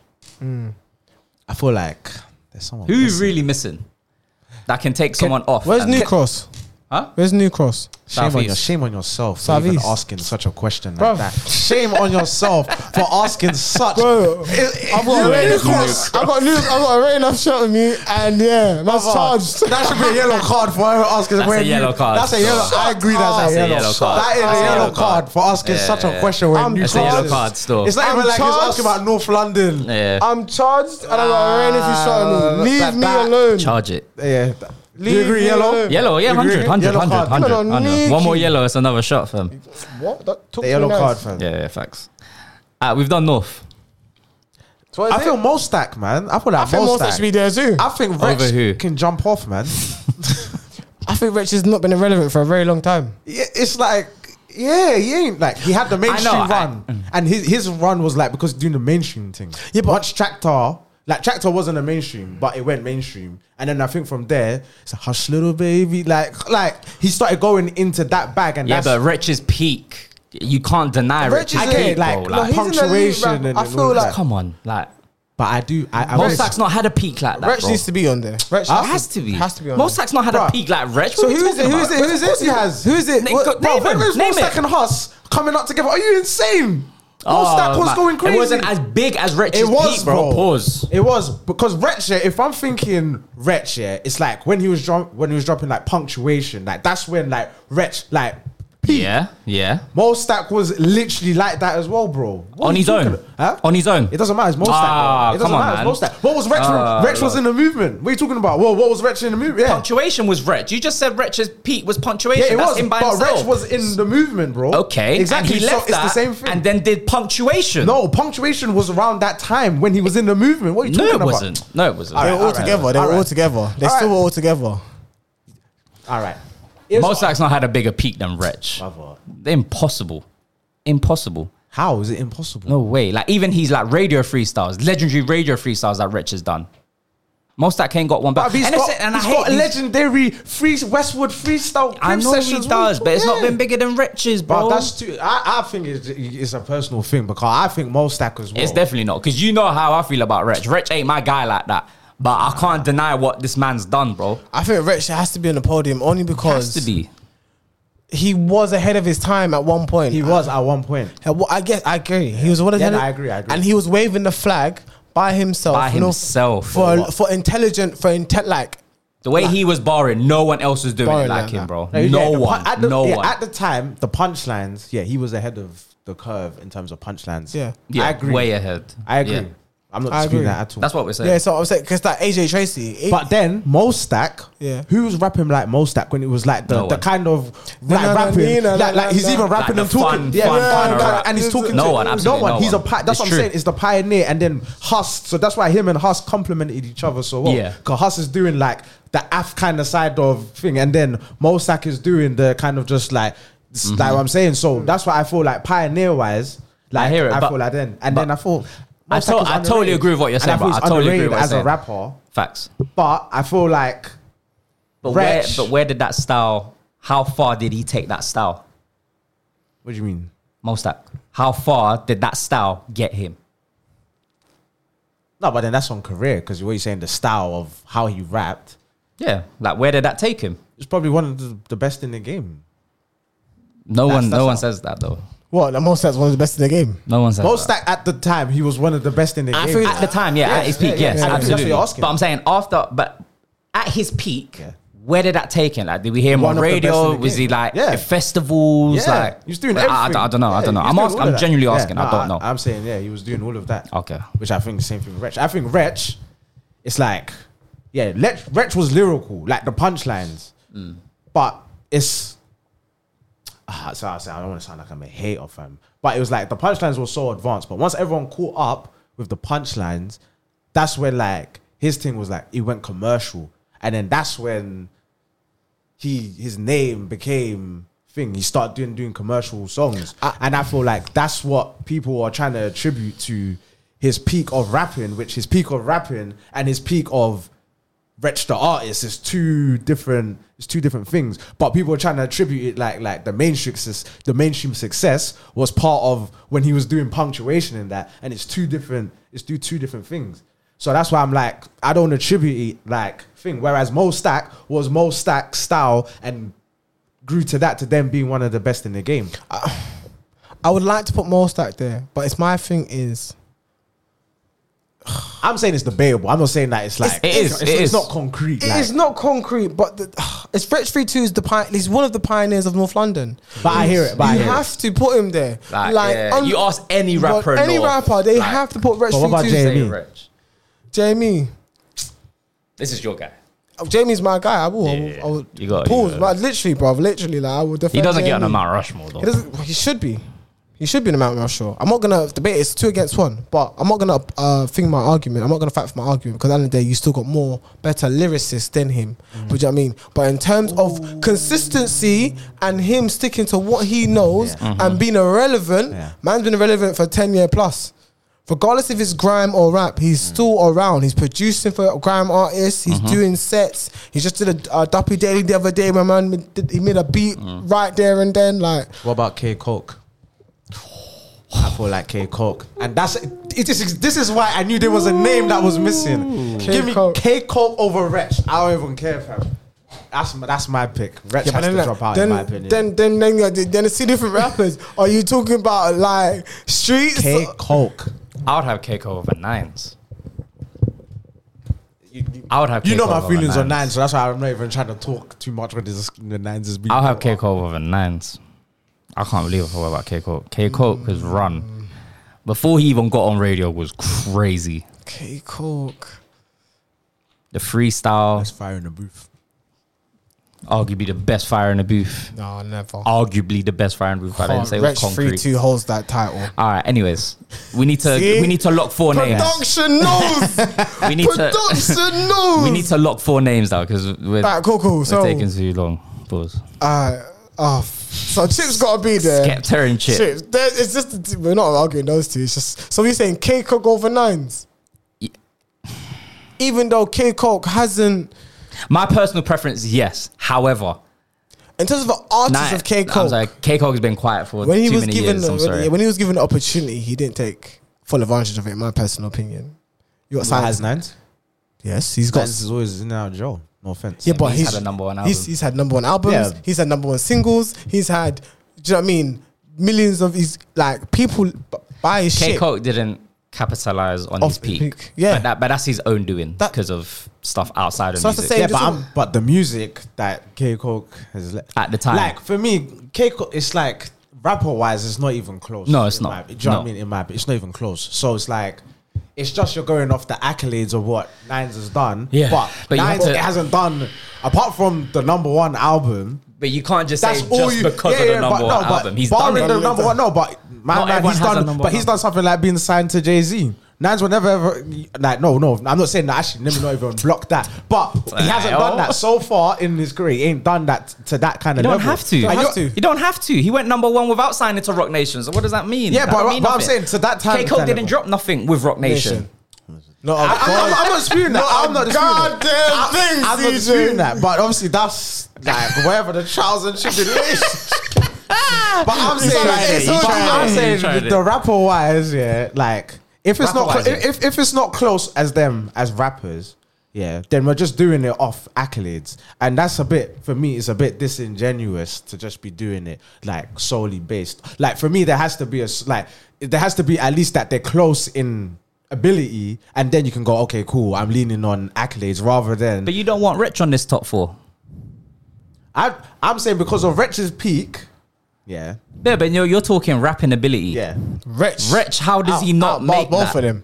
I feel like there's someone. Who missing. really missing that can take someone off? Where's and- New Cross? Huh? Where's New Cross? Shame on, Southeast. your, shame on yourself for even Southeast. asking such a question Bruv. like that. Shame on yourself for asking such. Bro, It- I've got a New Cross. I've got New. I've got a rain off shot on me, and yeah, man's Bruv, charged. Oh, That should be a yellow card for whoever asking. That's a where you- yellow card. That's a yellow. I agree. That's, That's a, yellow. card. That is That's a yellow card for asking Yeah, such yeah. a question. When I'm you It's a yellow charged. card still. It's not I'm even like he's charged. asking about North London. yeah. I'm charged, and I've got a rain if you shot at me. Uh, Leave that- me that- alone. Charge it. Yeah. th- Do Leave you agree, me yellow? alone. Yellow, yeah, You agree? 100, 100, Yellow 100, card. 100, Come on, 100. One more Nicky. yellow, it's another shot, fam. What? That took The yellow three card, nights. fam. Yeah, yeah, facts. Uh, we've done North. So what is I feel it? Mostak, man. I feel like I think Mostak should be there too. I think Over who? Rex can jump off, man. I think Rich has not been irrelevant for a very long time. Yeah, it's like yeah, he ain't like he had the mainstream I- Mm. run, and his his run was like because doing the mainstream thing. Yeah, but once Tractor. Like Tractor wasn't a mainstream, but it went mainstream, and then I think from there, it's a hush little baby. Like, like he started going into that bag, and Yeah, that's but Wretch's peak. You can't deny Wretch Wretch's is peak, it, bro, like, like, he's in the league, punctuation bruv. and- and I all feel that. like come on, like but I do. I, I Mosak's not had a peak like that. Rich bro. needs to be on there. Rich Huh? has, Oh, has to be. Has to be on Mosak's not had a Bruh. peak like Wretch. So What are who we is it? Who talking is it? about? Who is it? He has. Who is it? Name- What, go- bro, name when him. was Name Mostak it. and Huss coming up together? Are you insane? Oh, Mostak was man. going crazy. It wasn't as big as Wretch's It was, peak, bro. bro. Pause. It was because Wretch. yeah, If I'm thinking Wretch, yeah, it's like when he was dro- when he was dropping like punctuation, like that's when like Wretch like peak. Yeah, yeah. Mostak was literally like that as well, bro. What are On you his talking own. about? Huh? On his own. It doesn't matter. It's Mostak. Ah, bro. It doesn't come on, matter. It's man. Mostak. What was Wretch? Ah, Wretch was in the movement. What are you talking about? Well, what was Wretch in the movement? Yeah. Punctuation was Wretch. You just said Wretch's peak was punctuation. Yeah, it That's was. him by but himself. Rex was in the movement, bro. okay. exactly. And he so left it's that the same thing. and then did punctuation. no, punctuation was around that time when he was in the movement. What are you no, talking it about? wasn't. No, it wasn't. They were all alright, together. They were all alright. together. They Alright. still were all together. All right. Mosak's not had a bigger peak than Wretch. Impossible. Impossible. How is it impossible? No way. Like even he's like radio freestyles, legendary radio freestyles that Rich has done. Most that Kane got one back. But he's And got, it's- and I he's hate got these- legendary free Westwood freestyle. I crib know he sessions. does, but it's not Yeah. been bigger than Rich's, bro. But that's too. I, I think it's, it's a personal thing because I think Mostak as well. it's definitely not because you know how I feel about Rich. Rich ain't my guy like that, but I can't deny what this man's done, bro. I think Rich has to be on the podium only Has because to be. he was ahead of his time at one point. He was at one point. I, well, I guess I agree. He was one of Yeah, the- no, I agree, I agree. And he was waving the flag by himself. By you know, himself. for for intelligent for intel like The way he was barring, no one else was doing Barring it like like him, that. bro. yeah, No the one. pun- At the, no yeah, one. At the time, the punchlines, yeah, he was ahead of the curve in terms of punchlines. Yeah. yeah, I agree. Way ahead. I agree. Yeah. I'm not I disputing agree. that at all. That's what we're saying. yeah. So I'm saying because that AJ Tracy, he- but then Mostak, Yeah. who was rapping like Mostak when it was like the, No the one. kind of No, like no, no, rapping, no, no, like, like no, he's no. even rapping Like and the fun- talking, yeah, fun yeah, kind of kind of- rap. and he's talking. No to one, absolutely no He's a one. pi- that's It's what I'm true. saying. It's the pioneer, and then Huss. So that's why him and Huss complemented each other so well. Yeah. because Huss is doing like the Af kind of side of thing, and then Mostak is doing the kind of just like s- Mm-hmm. like what I'm saying. So that's why I feel like pioneer wise, like I, hear it, but- feel like then, and then I thought. I to- Mostak is I totally underrated. agree with what you're And saying, feel but he's I totally agree with underrated what you're as a saying. rapper. Facts. But I feel like But Rich. where but where did that style how far did he take that style? What do you mean? Mostak. How far did that style get him? No, but then that's on career because what you're saying, the style of how he rapped Yeah. Like where did that take him? is probably one of the, the best in the game. No That's- one that's no one all. says that though. what? The most that's one of the best in the game. No one says Most that. that at the time, he was one of the best in the I game. feel- at the time, yeah, Yeah, at his yeah, peak, yeah, yes, yeah, yeah. That's what absolutely. you're asking. But I'm saying after but at his peak, Yeah. where did that take him? Like did we hear him on One of the best in radio? the Was he game. like Yeah. at festivals? yeah, Like he was doing I- everything. I, I don't know, I Yeah, don't know. he was I'm doing ask, all of I'm that. genuinely Yeah, asking. I no, don't know. I'm saying, yeah, he was doing all of that. Okay. Which I think the same thing with Wretch. I think Wretch, it's like, yeah, Let, Wretch was lyrical, like the punchlines. Mm. But it's, ah, so I, say, I don't want to sound like I'm a hater, fam. But it was like the punchlines were so advanced. But once everyone caught up with the punchlines, that's when like his thing was like, it went commercial. And then that's when he his name became thing. He started doing doing commercial songs, and I feel like that's what people are trying to attribute to his peak of rapping, which his peak of rapping and his peak of Wretch the artist is two different. It's two different things. But people are trying to attribute it like like the mainstream success. The mainstream success was part of when he was doing punctuation in that, and it's two different. It's do two different things. So that's why I'm like I don't attribute it like thing. Whereas Mo Stack was Mo Stack style and grew to that to then being one of the best in the game. I would like to put more stack there, but it's my thing is I'm saying it's debatable. I'm not saying that it's like It is, It's, it it's is. not concrete. it is like- not concrete, but the, it's French Free Two is the pi- he's one of the pioneers of North London. But I hear it, but I you hear it. have to put him there. Like, yeah, you ask any but rapper in any North, rapper, they like- have to put French But what Free about Two. Jamie? Say mean? Rich. Jamie, This is your guy. Oh, Jamie's my guy. I will. I will- I will. You got- pause, you got- but literally, bro, literally, like I will defend. He doesn't get on the Jamie. Mount Rushmore He though. doesn't. He should be. He should be in the Mount Rushmore. I'm not gonna debate. it. It's two against one, but I'm not gonna uh think my argument. I'm not gonna fight for my argument because at the end of the day, you still got more better lyricists than him. But you know what I mean? But in terms of consistency and him sticking to what he knows and being irrelevant, Yeah. man's been irrelevant for ten year plus. Regardless if it's grime or rap, he's still around. He's producing for grime artists. He's doing sets. He just did a uh, Duppy Daily the other day. My man did, he made a beat right there and then. Like What about K Coke? I feel like K Coke, and that's it is, this is why I knew there was a name that was missing. Give me Coke. K Coke over Wretch. I don't even care, fam. That's my, that's my pick. Wretch Yeah, but has to then, drop out, then, in my opinion. then, then, then, you're- then, it's two different rappers. Are you talking about like streets? K Coke. I would have Keiko over Nines. I would have. You Keiko know my over feelings on Nines. nines, so that's why I'm not even trying to talk too much when this the nines is being. I'll have brought Keiko over Nines. I can't believe I forgot about Keiko. Keiko has run before he even got on radio was crazy. K Cork. The freestyle, up. fire in the booth. arguably the best fire in the booth. No, never. Arguably the best fire in the booth. I didn't say it was Rex Free concrete. Two holds that title. All right. Anyways, we need to See? we need to lock four names. Production knows. We need to Production knows. we need to lock four names though because we're, Alright, cool, cool. we're So, taking too long. Pause. uh, oh, f- so Chip's got to be there. Kept her in chip. Chips. There- It's just the two- we're not arguing those two. It's just so we're saying K Coke over nines. Ye- Even though K Coke hasn't, My personal preference, yes. However, in terms of the artists Ni- of K I'm Coke, sorry, K Cog has been quiet for when he too was many given years. the, I'm when, sorry. yeah, when he was given the opportunity, he didn't take full advantage of it. In my personal opinion, you got Has signs. nines? Yes, he's got. Nines is always in and out, Joe. No offense. Yeah, but he's he's, had a number one He's, album. he's had number one albums. Yeah. He's had number one singles. He's had. Do you know what I mean? Millions of his like people b- buy his K shit. Cog didn't capitalize on Off his the peak. peak, yeah. but, that, but that's his own doing That- because of stuff outside of So that's the music. same- yeah, but just I'm, all- but the music that K Coke has le- At the time. like for me, K Coke, it's like rapper wise, it's not even close. No, it's in not. my- do you know what I No. mean? In my, it's not even close. So it's like. It's just you're going off the accolades of what Nines has done, Yeah. but, But you have Nines to- it hasn't done apart from the number one album. But you can't just That's say all just you because yeah, of the yeah, number but one no, but album. He's done barring it. the number one. No, but Not my man, everyone he's has a done. number But he's one. done something like being signed to Jay Z. Nines will never ever like no no. I'm not saying that. Actually, let me not even block that. But he hasn't Well. done that so far in his career. He ain't done that to that kind You of don't level. have to. Don't You have to. You don't have to. He went number one without signing to Rock Nation. So what does that mean? Yeah, That but- don't mean but I'm nothing. saying, so that time- K Cog that didn't level. drop nothing with Rock Nation. No, of I- I'm, course. not- I'm not disputing that. Not I'm not a disputing that. goddamn I- thing, I'm CJ. not disputing that. But obviously, that's like wherever the trials and tribulations. but I'm You saying, tried it, you but tried I'm it, you saying tried the, it. rapper wise, yeah, like if it's not Rapper-wise, clo- yeah. if if it's not close as them as rappers. Yeah, then we're just doing it off accolades, and that's a bit for me. It's a bit disingenuous to just be doing it like solely based. Like for me, there has to be a s- like there has to be at least that they're close in ability, and then you can go, okay, cool. I'm leaning on accolades rather than But you don't want Rich on this top four. I, I'm saying because of Wretch's peak. Yeah, Yeah, but you're, you're talking rapping ability. yeah. Rich. Rich, how does he not bar- make both that? of them?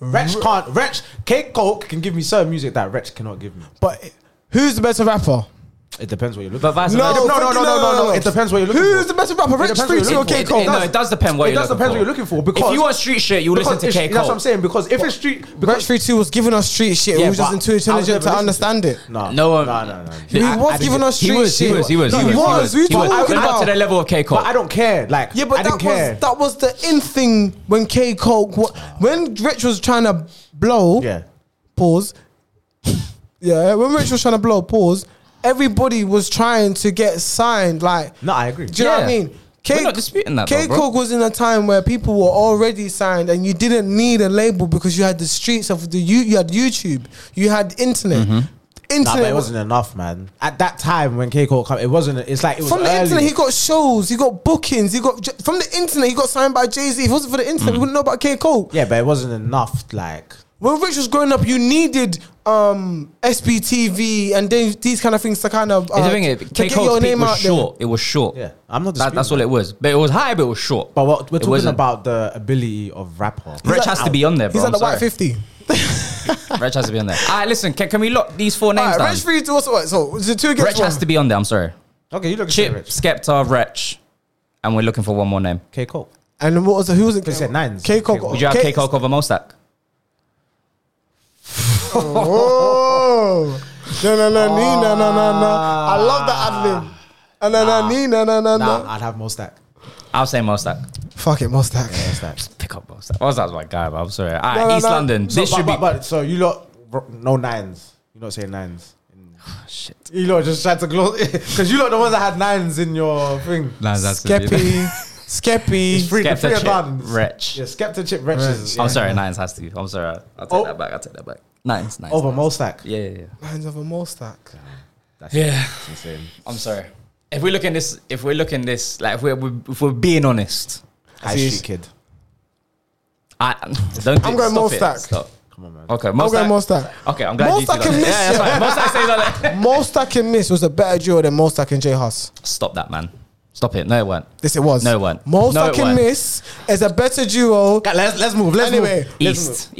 Wretch can't. Wretch K Coke can give me certain music that Wretch cannot give me. But who's the better rapper? It depends what you're looking. But vice for. No, no, no, no, no, no, It depends what you're looking Who's for. the better rapper? It Rich depends what you're Street or looking K for. It- Cole? no, it does depend what it you're does looking depend for. what you're looking for, because- if you want street shit, you'll listen Because to it's- K Cole. That's what I'm saying. Because if it's street, Rich because Free Two was giving us street shit. we were just but in too I was intelligent never to listening understand it. No, No, um, no, no, no. He I- was I didn't giving get- us he street was, He shit. was. He was. No, he he was. was. We He was. talking Not to about- the level of K Cole. But I don't care. Like, Yeah, but I that didn't was care. that was the in thing when K Cole when Rich was trying to blow. yeah, Pause. yeah, when Rich was trying to blow a pause, everybody was trying to get signed. Like, No, I agree. do you know what I Yeah. mean? We're not disputing that though, K bro. Cork was in a time where people were already signed, and you didn't need a label because you had the streets of the you, you had YouTube, you had internet. Mm-hmm. Nah, Internet but it was- wasn't enough, man. At that time when K Cole come, it wasn't. It's like it was from the early. internet, he got shows, he got bookings, he got j- from the internet, he got signed by Jay Z. If it wasn't for the internet, Mm. we wouldn't know about K Cole. yeah, but it wasn't enough. Like When Rich was growing up, you needed um SBTV and then these kind of things to kind of uh, the thing is, to K get your Cole's peak name was out there. short. It was short. Yeah, I'm not That, that's disputing all it was. But it was high, but it was short. But what we're It talking wasn't- about the ability of rapper. Rich like- has to be on there, bro. He's at I'm the white sorry. fifty. Rich has to be on there. All right, listen, can, can we lock these four names Alright, down? Rich three to what's what? So is it two against Rich has one? to be on there. I'm sorry. Okay, you look Chip, at Rich. Skepta, Rich, and we're looking for one more name. K Cole. And what was it? Who was it? He said nines. K Cole. Would Would you have K Cole over Mostak? Oh. No, no, no, nee, no, no, no, no. I love that ad lib. No, no, no, nee, no, no, no, Nah, no. I'd have Mostak. I'll say Mostak. Fuck it, Mostak. Mostak. Pick up Mostak. Mostak's my guy, but I'm sorry. All right, No, no, East no. London. So, this but, should but, be. but- so you lot r- no nines. You not saying nines. Shit. You lot just tried to gloss because you lot the ones that had nines in your thing. Skeppy. It's Skeppy. free, the Skepta, free Chip, abundance. Rich. Yeah, Skepta Chip Wretches. I'm sorry, Nines has to. be. I'm sorry. I'll take Oh. that back. I'll take that back. Nines, Oh, Nines. Over Mostak. Yeah, yeah, yeah. Hands of a Mostak. That's Yeah. that's insane. I'm sorry. If we're looking this, if we're looking this, like if we're, if we're being honest, High See, Street Kid. I don't. I'm going stop it. Mostak. Stop. Come on, man. Okay, I'm Mostak. going Mostak. Okay, I'm glad you Mostak two can done it. miss. Yeah, yeah, that's right. Mostak stays on it. Mostak and Miss was a better duo than Mostak and J Huss. Stop that, man. Stop it. No, it weren't. This it was. No, it weren't. Mostak No, it and weren't. Miss is a better duo. Let's let's move. Let's Anyway, move. Let's move. East,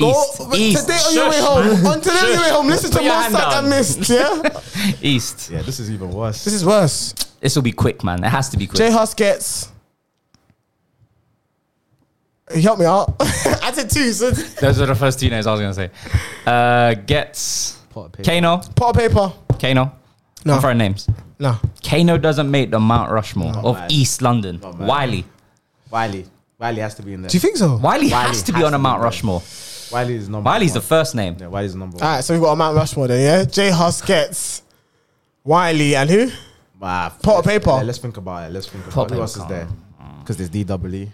Go, east, east. today on your way Shush, home. man. On today on your way home, listen to Put your hand Mostak and down. Miss. Yeah, East. Yeah, this is even this worse. is worse. This will be quick, man. It has to be quick. J Huss gets. He helped me out. I did two. So Those are the first two names I was gonna say. Uh, gets Pot of paper. Kano. pot of paper. Kano. No. I'm throwing names. No. Kano doesn't make the Mount Rushmore of man. East London. Not man. Wiley. Wiley. Wiley has to be in there. Do you think so? All Wiley Wiley has to be has on a to be Mount there. Rushmore. Wiley is number. Wiley's the one. first name. Yeah, Wiley's number. One. right, so we've got a Mount Rushmore then. Yeah, J Huss gets Wiley and who? Ah, Pot of let's- paper. yeah, let's think about it. Let's think Pot about of it. Who else paper. is there? Because there's E. DWE.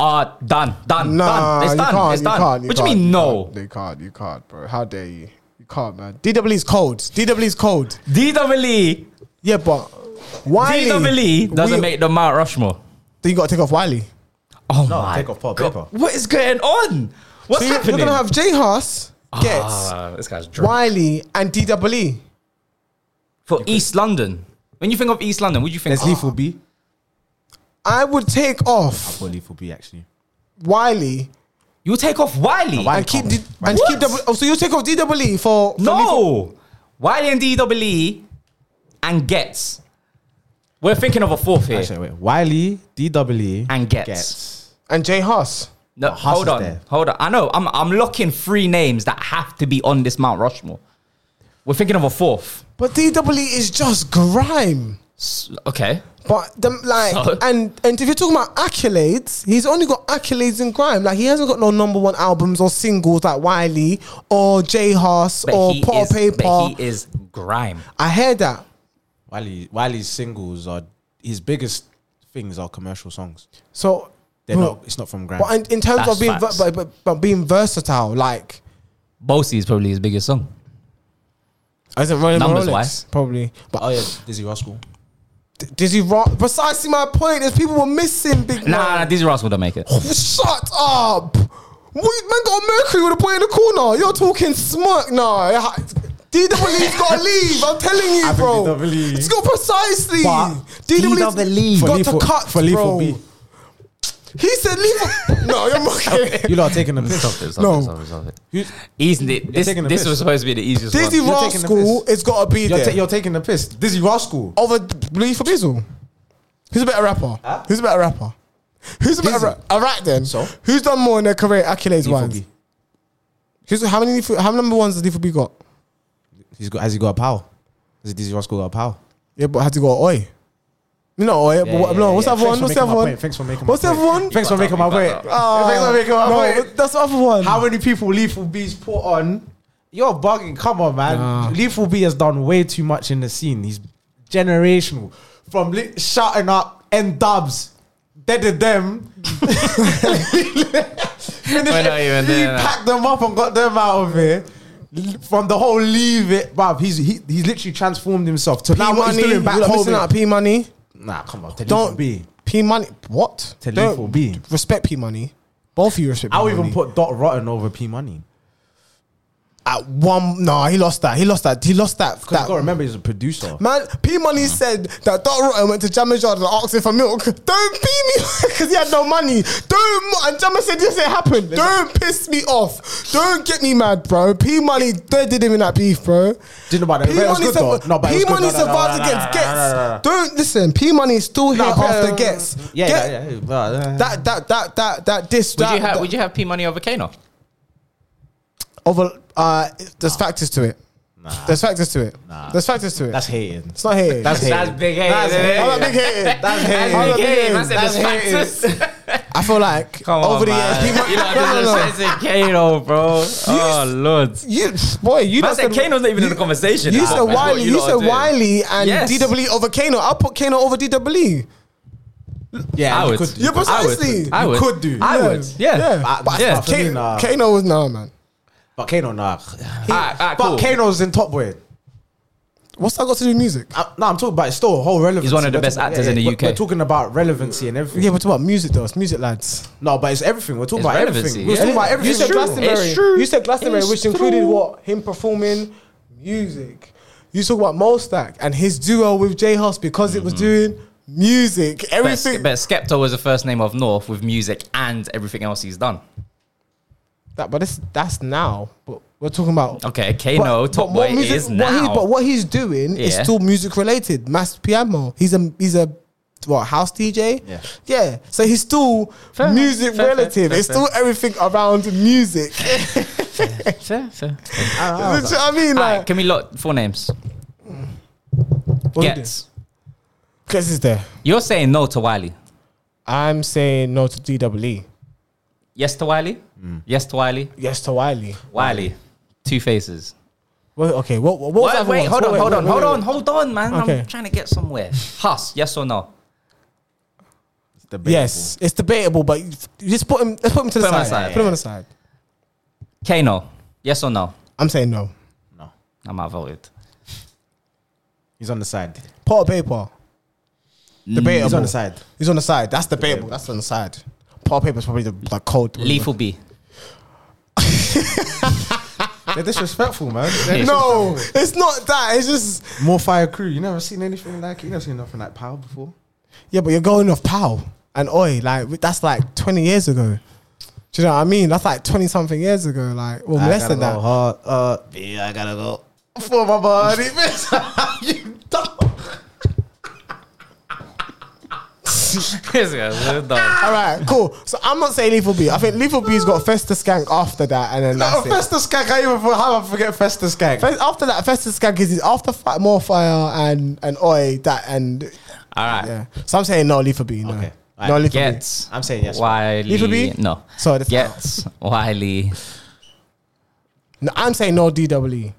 Ah, done, done, Nah, done. It's you done. can't. it's you done. can't. what do you can't, mean? no. Can't, you can't. You can't, bro. How dare you? You can't, man. DW is cold. DW is cold. DWE, Yeah, but Wiley. DWE E doesn't we- make the Mount Rushmore. Then you got to take off Wiley. Oh No, my take off pot of God. paper. What is going on? What's So you- happening? You're gonna have J Huss gets Ah, this guy's drunk. Wiley and E. DWE. For East London. When you think of East London, what do you think? There's Lethal B. I would take off Well, Lethal B actually. Wiley you take off Wiley. Wiley and keep can't. D- and What? keep double. Oh, so you take off DWE for, for Liverpool? No, Wiley and DWE and Gets. We're thinking of a fourth here. Actually, wait. Wiley, DWE, And Getz. and Jay Huss. No, Huss hold is on, there. hold on. I know. I'm I'm locking three names that have to be on this Mount Rushmore. We're thinking of a fourth. But DWE is just grime. S- Okay. But the, like So? and and if you're talking about accolades, he's only got accolades in grime. Like he hasn't got no number one albums or singles like Wiley or Jay Huss But or he Pot is, of Paper. But he is grime. I hear that. Wiley, Wiley's singles are his biggest things are commercial songs. So They're but- not. It's not from Grand. But in, in terms That's of being ver- facts. but, but, but being versatile, like Bosie is probably his biggest song. isn't running Numbers Rolex, wise. probably. But oh yeah, Dizzy Rascal. D- Dizzy Rock. Precisely my point is people were missing Big Nah, nah, Man. Oh, nah Dizzy Rascal don't make it. Shut up. What, man got Mercury with a boy in the corner. You're talking smirk. Nah. yeah, DWE's got to leave. I'm telling you, I think bro. DWE. It's got precisely. But E DWE's for got Lethal- to cut, for Lethal bro. B. He said leave. no, you're mocking. You lot are taking the piss. Stop it, stop No. it, stop it, stop it. You- Easy, this taking the this piss. was supposed to be the easiest Dizzy one. You're taking the Rascal piss. has got to be You're, there. ta- you're taking the piss. Dizzy Rascal. over Lethal Bizzle. Who's a better rapper? Huh? Who's a better rapper? Who's a better Bizzle. rapper? All right then. So? who's done more in their career accolades Lethal wise? B. Who's how many? Lethal- How many number ones has Lethal B got? He's got. Has he got a power? Has Dizzy Rascal got a power? Yeah, but had to go Oi. No, Oi. but what, no, what's yeah. that one? Thanks for making What's that my one? point. Thanks for making my What's that point. one? Ah, Thanks for You making got my that, point. you got Thanks for making my no, point. that's the other one. How many people Lethal B's put on You're bugging. Come on, man. Nah. Lethal B has done way too much in the scene. He's generational. From li- shouting up and dubs, dead to them. Finish We're not it. even he there, nah. packed them up and got them out of here. L- From the whole leave it, bruv. He's he, he's literally transformed himself to now what he's doing back home. Not P money. Nah, come on. Don't Don't be. P money. What? To Don't lethal B. Respect P money. Both of you respect. I'll P even Money. put Dot Rotten over P Money. at one. Nah, he lost that. He lost that. He lost that. Because you that gotta remember he's a producer. Man, P Money said that Dot Rotten went to Jammer Yard and asked him for milk. Don't pee me because he had no money. Don't. mo- And Jammer said, Yes, it happened. Don't piss me off. Don't get me mad, bro. P Money, they did him in that beef, bro. Do you know about that? P It was Money good, survived though. No, but it was good. No, no, no, survives no, no, against no, no, no, no, no. Gets. Don't listen. P Money's still here No, but, after uh, Gets. Yeah, Get- yeah, yeah. Well, uh, That that that that that this Would that, you have that- Would you have P Money over Kano? over uh there's factors to it. There's factors to it. Nah. There's factors to it. that's hating. it's not hating. That's hating. big hate. That's isn't it? hating. I'm a big hater. That's hating. I'm a big hater. hater. Man said That's there's hating. factors. I feel like Come over on, the man. years, people. you know, no, no, no. this is Kano, bro. Oh, Lord. You boy, you Man lot said Kano's not even in the conversation. You now, said man. That's what Wiley, you lot said are doing. Wiley and Yes. DWE over Kano. I'll put Kano over E. DWE. Yeah, I you would. could do Yeah, that. I would. precisely. I You would. could do. I Yeah. would. Yeah. Yeah. But- But- yeah. but for me, Kano, nah. Kano was no man. But Kano, nah. Alright, alright, but cool. Kano's in Top Boy. What's that got to do with music? I, no, I'm talking about it's still a whole relevancy. He's one of the We're best talking- actors in the we're- UK. We're talking about relevancy and everything. Yeah, but about music though. It's music, lads. No, but it's everything. We're It's talking about relevancy, everything. We're yeah. talking about everything. You said true. Glastonbury. It's true. You said Glastonbury, It's which included true. what him performing music. You talk about Mostak and his duo with J House because it was Mm-hmm. doing music. But, Everything but Skepta was the first name of North with music and everything else he's done. that, but this, that's now. But we're talking about Okay, Kano, Top what Boy music- is what now. he- but what he's doing is Yeah. still music related. Mass piano. He's a he's a what house DJ? Yeah. yeah. So he's still Fair, music fair, fair, relative. fair, it's still everything around music. fair, fair. Do you know what I mean? Alright, Like, can we lot four names? what do we do? Gets. Guess is there. You're saying no to Wiley. I'm saying no to DWE. Yes to Wiley. Yes to Wiley. Yes to Wiley. Wiley. Two faces. Well, okay, what, what, what Wait, was that wait, hold on, hold on, hold on, hold on, man. Okay. I'm trying to get somewhere. Huss, yes or no? Debatable. Yes, it's debatable, but you you just put him. Let's put him to the Put him on side. the side. Put him on the side. Kano, yes or no? I'm saying no. No. I'm outvoted. He's on the side. Pot of paper. Debatable. He's on the side. He's on the side. That's debatable. That's on the side. Pot of paper is probably the, the cold. Lethal B. They're disrespectful, man. No, it's not that. It's just More fire crew. You never seen anything like it. You never seen nothing like Power before. yeah, but you're going off pow and oi. Like that's like 20 years ago. Do you know what I mean? That's like 20 something years ago. Like well, less than that. Hard, uh, yeah, I gotta go for my body. you dumb. This guy's so dumb. All right, cool. So I'm not saying Lethal B. I think Lethal B's got Festa Skank after that, and then No, that's it. Fester Skank. I even for Oh, how I forget Fester Skank. Fe- After that, Festa Skank is after fi- more fire and and oi that and All right. yeah. So I'm saying no Lethal B. No, Okay. no Alright. Lethal B. Gets. I'm saying yes. Wiley. Lethal B? No. So that's Gets. Wiley. No, I'm saying no E. DWE.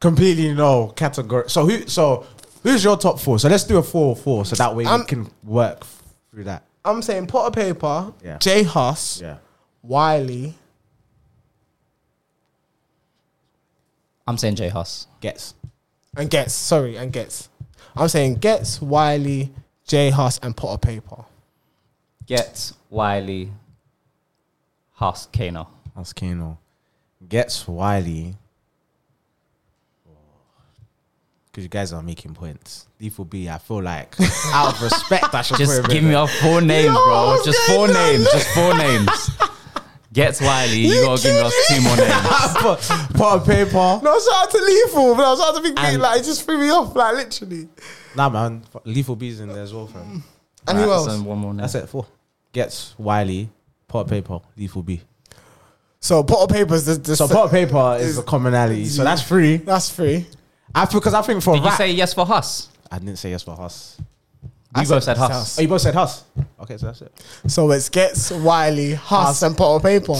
Completely no category. So who? So who's your top four? So let's do a four or four, so that way Um, we can work through that. I'm saying Potter Paper, Yeah. J Huss, Yeah. Wiley. I'm saying J Huss. Gets. and Gets. Sorry, and Gets. I'm saying Gets, Wiley, J Huss, and Potter Paper. Gets. Wiley. Huss. Kano. That's Kano. Gets Wiley. Because you guys are making points. Lethal B, I feel like out of respect, I should Just put him give in me there. up four names, Yo, bro. I'm Just getting four done. names. Just four names. Gets Wiley. You, You gotta give me kidding us two more names. put, put a paper. No, shout out to Lethal, but I was out to Big B. And- Like, it just threw me off, like, literally. Nah, man. F- Lethal B's in there as well, fam. And who Right, else? so One more name. That's it. Four. Gets Wiley. Pot paper, lethal B. So Potter Papers, there's, there's So pot paper is a commonality. So that's three. that's free. I because I think for Did you rap, say yes for Huss? I didn't say yes for Huss. We both said Huss. Oh, you both said Huss. Okay, so that's it. So it's gets Wiley, Huss, and Pot of Paper.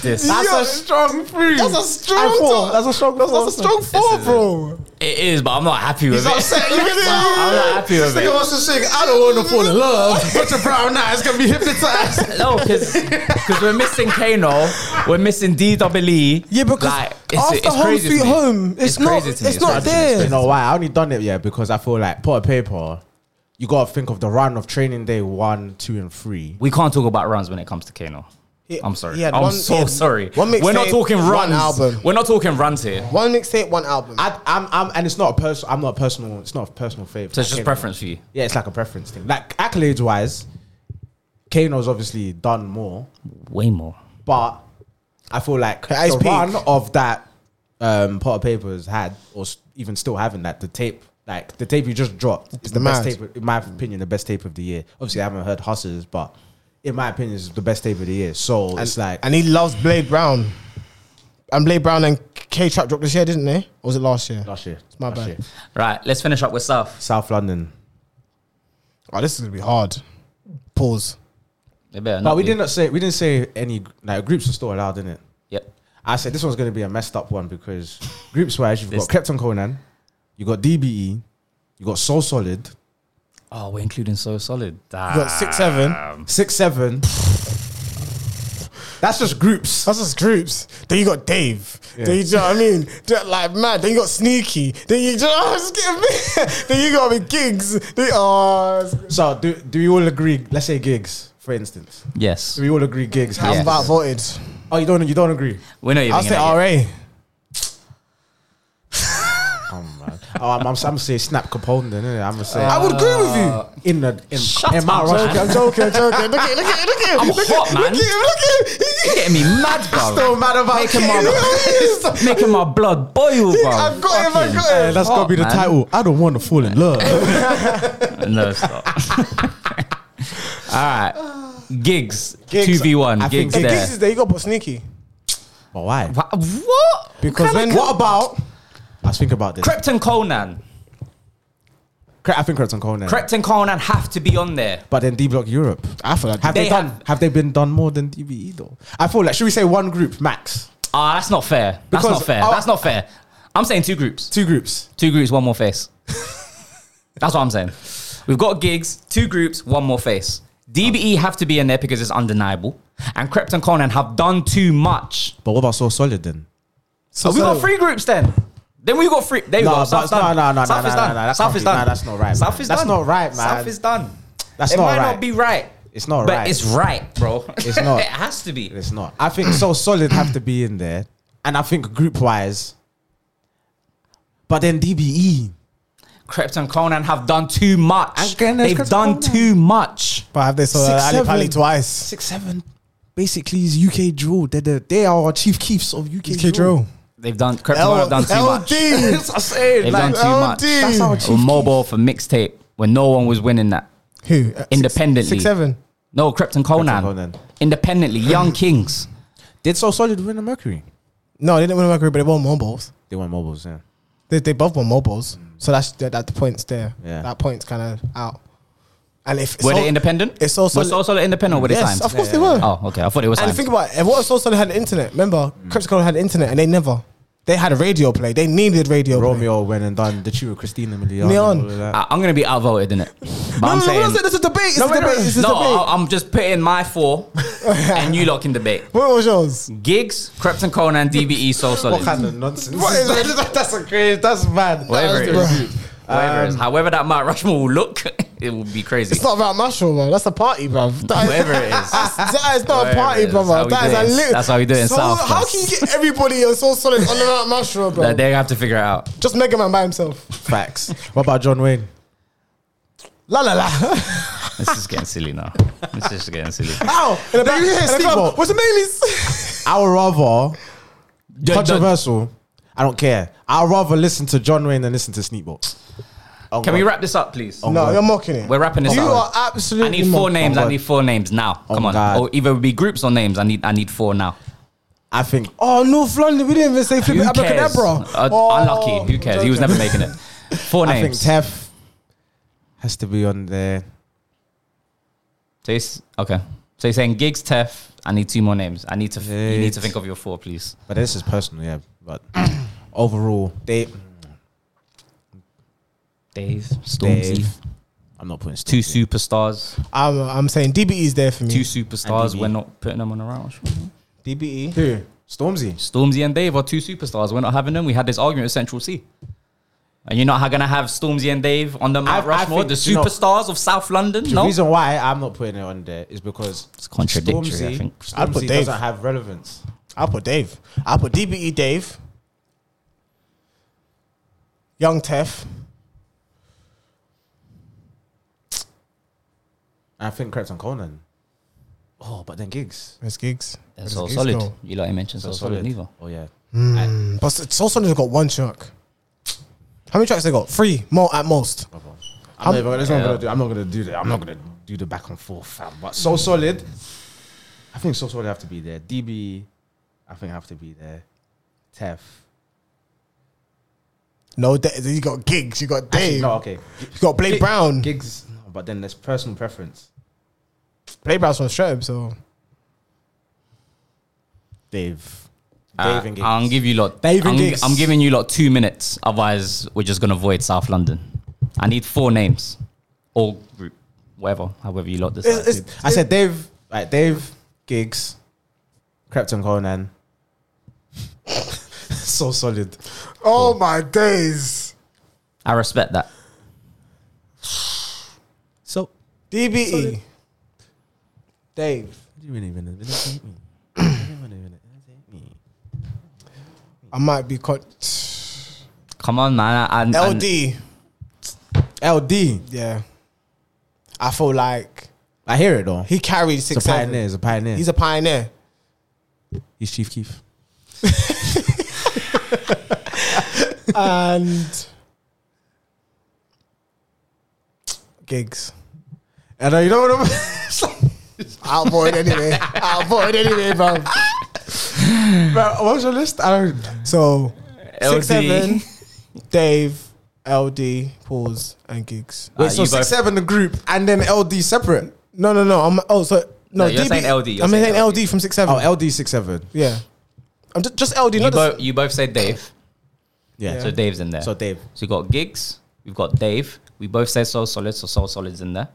This. That's Yo, a strong three. That's a strong And four. top. That's a strong. That's a four. strong four, bro. It is, but I'm not happy with He's it. upset. Look at him. I'm not happy with Nigga it. wants to sing. I don't want to fall in love. Put your brown eyes gonna be hypnotized. No, because we're missing Kano, we're missing E. DWE. Yeah, because after Home crazy to Sweet me. Home, it's not- crazy to it's me. not crazy to me. there. You know why? I only done it yeah because I feel like pot of paper. You gotta think of the round of training day one, two, and three. We can't talk about runs when it comes to Kano. He- I'm sorry. he had I'm one- he so had sorry. one mixtape, We're not talking one runs. album. We're not talking runs here. One mixtape, one album. I, I'm, I'm, and it's not a personal. I'm not a personal. It's not a personal favorite. So it's just Kano. preference for you. Yeah, it's like a preference thing. Like accolades wise, Kano's obviously done more, Way more. but I feel like At his the peak. run of that um, pot of paper has had, or s- even still having that the tape. Like the tape you just dropped is the best mad. tape, in my opinion, the best tape of the year. Obviously, I haven't heard Hustlers, but in my opinion, it's the best tape of the year. So it's like and he loves Blade Brown. And Blade Brown and K Trap dropped this year, didn't they? Or was it last year? last year, my last bad. year. Right, let's finish up with South. South London. Oh, this is gonna be hard. Pause. They better But not we be. did not say we didn't say any like groups are still allowed, didn't it? Yep. I said this one's going to be a messed up one because groups wise, you've This- got Captain Conan, you got DBE, you got Soul Solid, Oh, we're including So Solid. Ah, You got six seven. six seven. That's just groups. That's just groups. Then you got Dave. Then you, do you know what I mean? Do you- Like mad. Then you got Sneaky. Then you do you know what I'm just getting Then you got me gigs. Then, oh, it's- So do do we all agree? Let's say gigs, for instance. Yes. Do we all agree gigs? I'm has- about voted. Oh, you don't you don't agree? We're not even I'll say gonna get- RA. Oh man. Oh, I'm I'm, I'm gonna say Snap Capone then. Innit? I'm gonna say Uh, I would agree with you. in the in, Shut in my up, Rush- man. I'm joking. I'm joking. Look at look at look at I'm look hot, at, man. Look at look at. You're getting me mad, bro. Still mad about making Kano. my, making my blood boil, bro. I've got him. I've Fucking- got him. That's gonna be the Hot, man. title. I don't want to fall in love. No, stop. All right. Gigs. Gigs. 2v1. I think Gigs Hey, there. gigs is there. You got to put Sneaky. But why? Wha- what? Because when What about? I was thinking about this. Krypton Conan. Cre- I think Krypton Conan. Krypton Conan have to be on there. But then D Block Europe. I feel like Have they, They done? have- Have, they been done more than DBE though? I feel like should we say one group max? Ah, that's not fair. That's Because not fair. I- that's not fair. I'm saying two groups. Two groups. Two groups, one more face. that's what I'm saying. We've got gigs, two groups, one more face. DBE have to be in there because it's undeniable. And Krypton Conan have done too much. But what about So Solid then? So we got three groups then. Then we got three. There we No, go. but South's no, done. no, no, no, South no, is no, done. no, that South can't is be- done. no, that's not right, South man. is That's done. not right, man. South is done. That's it not might right. not be right. It's not but right. it's right, bro. It's not. it has to be. It's not. I think So Solid have to be in there, and I think group wise. But then E. DBE. Krypton Conan have done too much. And again, there's They've Krypton done Conan. too much. But have they saw Six, Ali Pali seven. twice? Six seven. Basically, is UK drill. They're the, they are our chief keefs of UK, Kid Drill. They've done. Krypton Conan have done too much. LD. That's what I'm saying. They've like, done too much. LD. that's our Or chief. mobile for mixtape when no one was winning that. Who? Independently. Six seven. No, Krypton Conan. Conan. Independently, Young Kings. Did So Solid win the Mercury? No, they didn't win a group, but they won mobiles. They won mobiles, yeah. They, they both won mobiles, so that's that, that points there. Yeah. That point's kind of out. And if Were Sol- they independent? It's also was Soul Solid independent. or Were they yes, timed? of course they were. Oh, okay. I thought it was. And timed. think about it. What if Soul Solid had internet? Remember, mm. had internet, and they never. They had a radio play. They needed radio. Play. Romeo went and done the tune with Christina Milian. Neon. Ah, I, Uh, I'm gonna be outvoted in it. But No, I'm no, no, saying, we're not saying this is a debate. It's no, a wait, debate. wait, It's a no, debate. I, am just putting my four, and you lot can debate. what was yours? Gigs, Krypton Conan, DBE, Soul Solid, of nonsense? What is that's a crazy. That's bad. whatever it That's is, whatever it is. However that Mount Rushmore will look, it will be crazy. Um, It's not about mushroom, man. That's a party, bro. Whatever it is. That is not a Whatever party, it is, brother. that's how we That do is it. a lit. That's how we do it in so South, How bro. can you get everybody on Soul Solid on the Mount Mushroom, bro? Like, they have to figure it out. Just Mega Man by himself. Facts. What about John Wayne? La la la. This is getting silly now. This is getting silly. Ow! In the back, you hear in the Steve-O? club. What's the mailies? I would rather D- controversial. I don't care. I'd rather listen to John Wayne than listen to Sneakbox. Oh, d- Can we wrap this up, please? no, God. you're mocking it. We're wrapping this Oh. You up. are absolutely. I need four mocking- names. Oh, I God. need four names now. Oh, Come on. God. Or either it would be groups or names. I need. I need four now. I think Oh, North London. We didn't even say Who flipping cares? abracadabra. Uh, oh, Unlucky. Who cares? He was never making it. Four I think names. Tef has to be on there. So he's okay. So you're saying gigs, Tef. I need two more names. I need to. F- you need to Eight. think of your four, please. But this is personal, yeah. But overall, they Dave, Stormzy, Dave. I'm not putting two Stormzy. superstars. I'm I'm saying DBE is there for me. Two superstars. DB. We're not putting them on the round. E. DBE. Who? Stormzy. Stormzy and Dave are two superstars. We're not having them. We had this argument with Central C. And you're not gonna have Stormzy and Dave on the Mount I Rushmore, think, the you know, superstars of South London. The no, reason why I'm not putting it on there is because It's contradictory, I Stormzy, think. I'd put Stormzy Dave. doesn't have relevance. I'll put Dave. I'll put DBE Dave. Young Tef. I think Krebs and Conan. Oh, but then gigs. Miss Gigs. That's Miss so Giggs, solid. no. You like I mentioned, so, solid. neither. Oh yeah. Mm, but so solid has got one track. How many tracks they got? Three, more at most. I'm, not even, that's not Yeah. gonna do, I'm not gonna do that. I'm not gonna do the back and forth, fam. But so solid. I think so solid have to be there. DB, I think have to be there. Tef. No, Da- you got Gigs. You got Actually, Dave. no, okay. You got Blake Gig- Brown. Gigs, no, but then there's personal preference. Blake Brown's from Shreb, so Dave. Uh, Dave and Gigs. I'll give you lot. Dave and I'm, Giggs. I'm giving you lot two minutes. Otherwise, we're just gonna void South London. I need four names, or group, whatever, however you lot decide. It's- to. it's- I said Dave, right, Dave, Gigs, Crepton Conan. so solid. Oh my days. I respect that. So DBE. Solid. Dave. I might be caught. Come on, man. I, I, LD. I, LD. yeah. I feel like I hear it though. he carried He's six. a pioneer. He's a pioneer. He's a pioneer. he's Chief Keef. and gigs. And uh, you know what I'm I'll avoid anyway. I'll avoid anyway, bro. Bro, What was your list? I don't. So LD. six seven, Dave, LD, Pauls, and gigs. Wait, Uh, so you six, both- seven, the group, and then LD separate. No, no, no. I'm oh so No, no. you're DB, saying LD, you're I'm saying, saying LD, from six seven. Oh, LD six seven. yeah, I'm just, just LD. You Not the, both, you both said Dave, Yeah. so Dave's in there. So Dave. So you got gigs. We've got Dave. We both said Soul Solid, so Soul Solid's in there.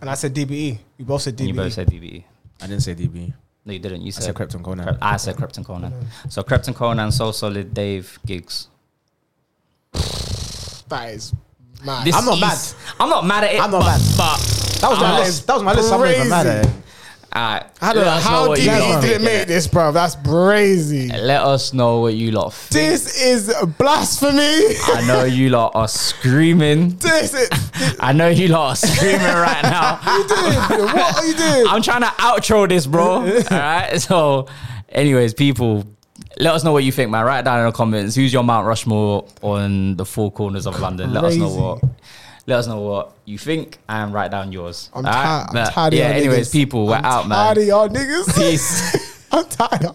and I said DBE. You both said E. And you both DBE. said DBE. I didn't say DB. E. No, you didn't. You I said, said Crepton Conan. Crep- I said Krypton Conan. So Krypton Conan, Soul Solid, Dave, gigs. That is mad. This I'm not is- mad. I'm not mad at it. I'm not but, mad. But That was my I'm list. That was my list. I'm not even mad at it. Alright, How, do, let us know how what you DBE lot didn't think, make this, bro? That's crazy. innit? Let us know what you lot. Think. This is blasphemy. I know you lot are screaming. This is. I know you lot are screaming right now. what are you doing? I'm trying to outro this, bro. All right. So, anyways, people, let us know what you think, man. Write down in the comments who's your Mount Rushmore on the four corners of London. Let us know Crazy. what. Let us know what you think and write down yours. I'm All right? tired. I'm But tired of yeah. y'all Anyways, niggas. people, we're I'm out, man. tired of y'all niggas. Peace. I'm tired.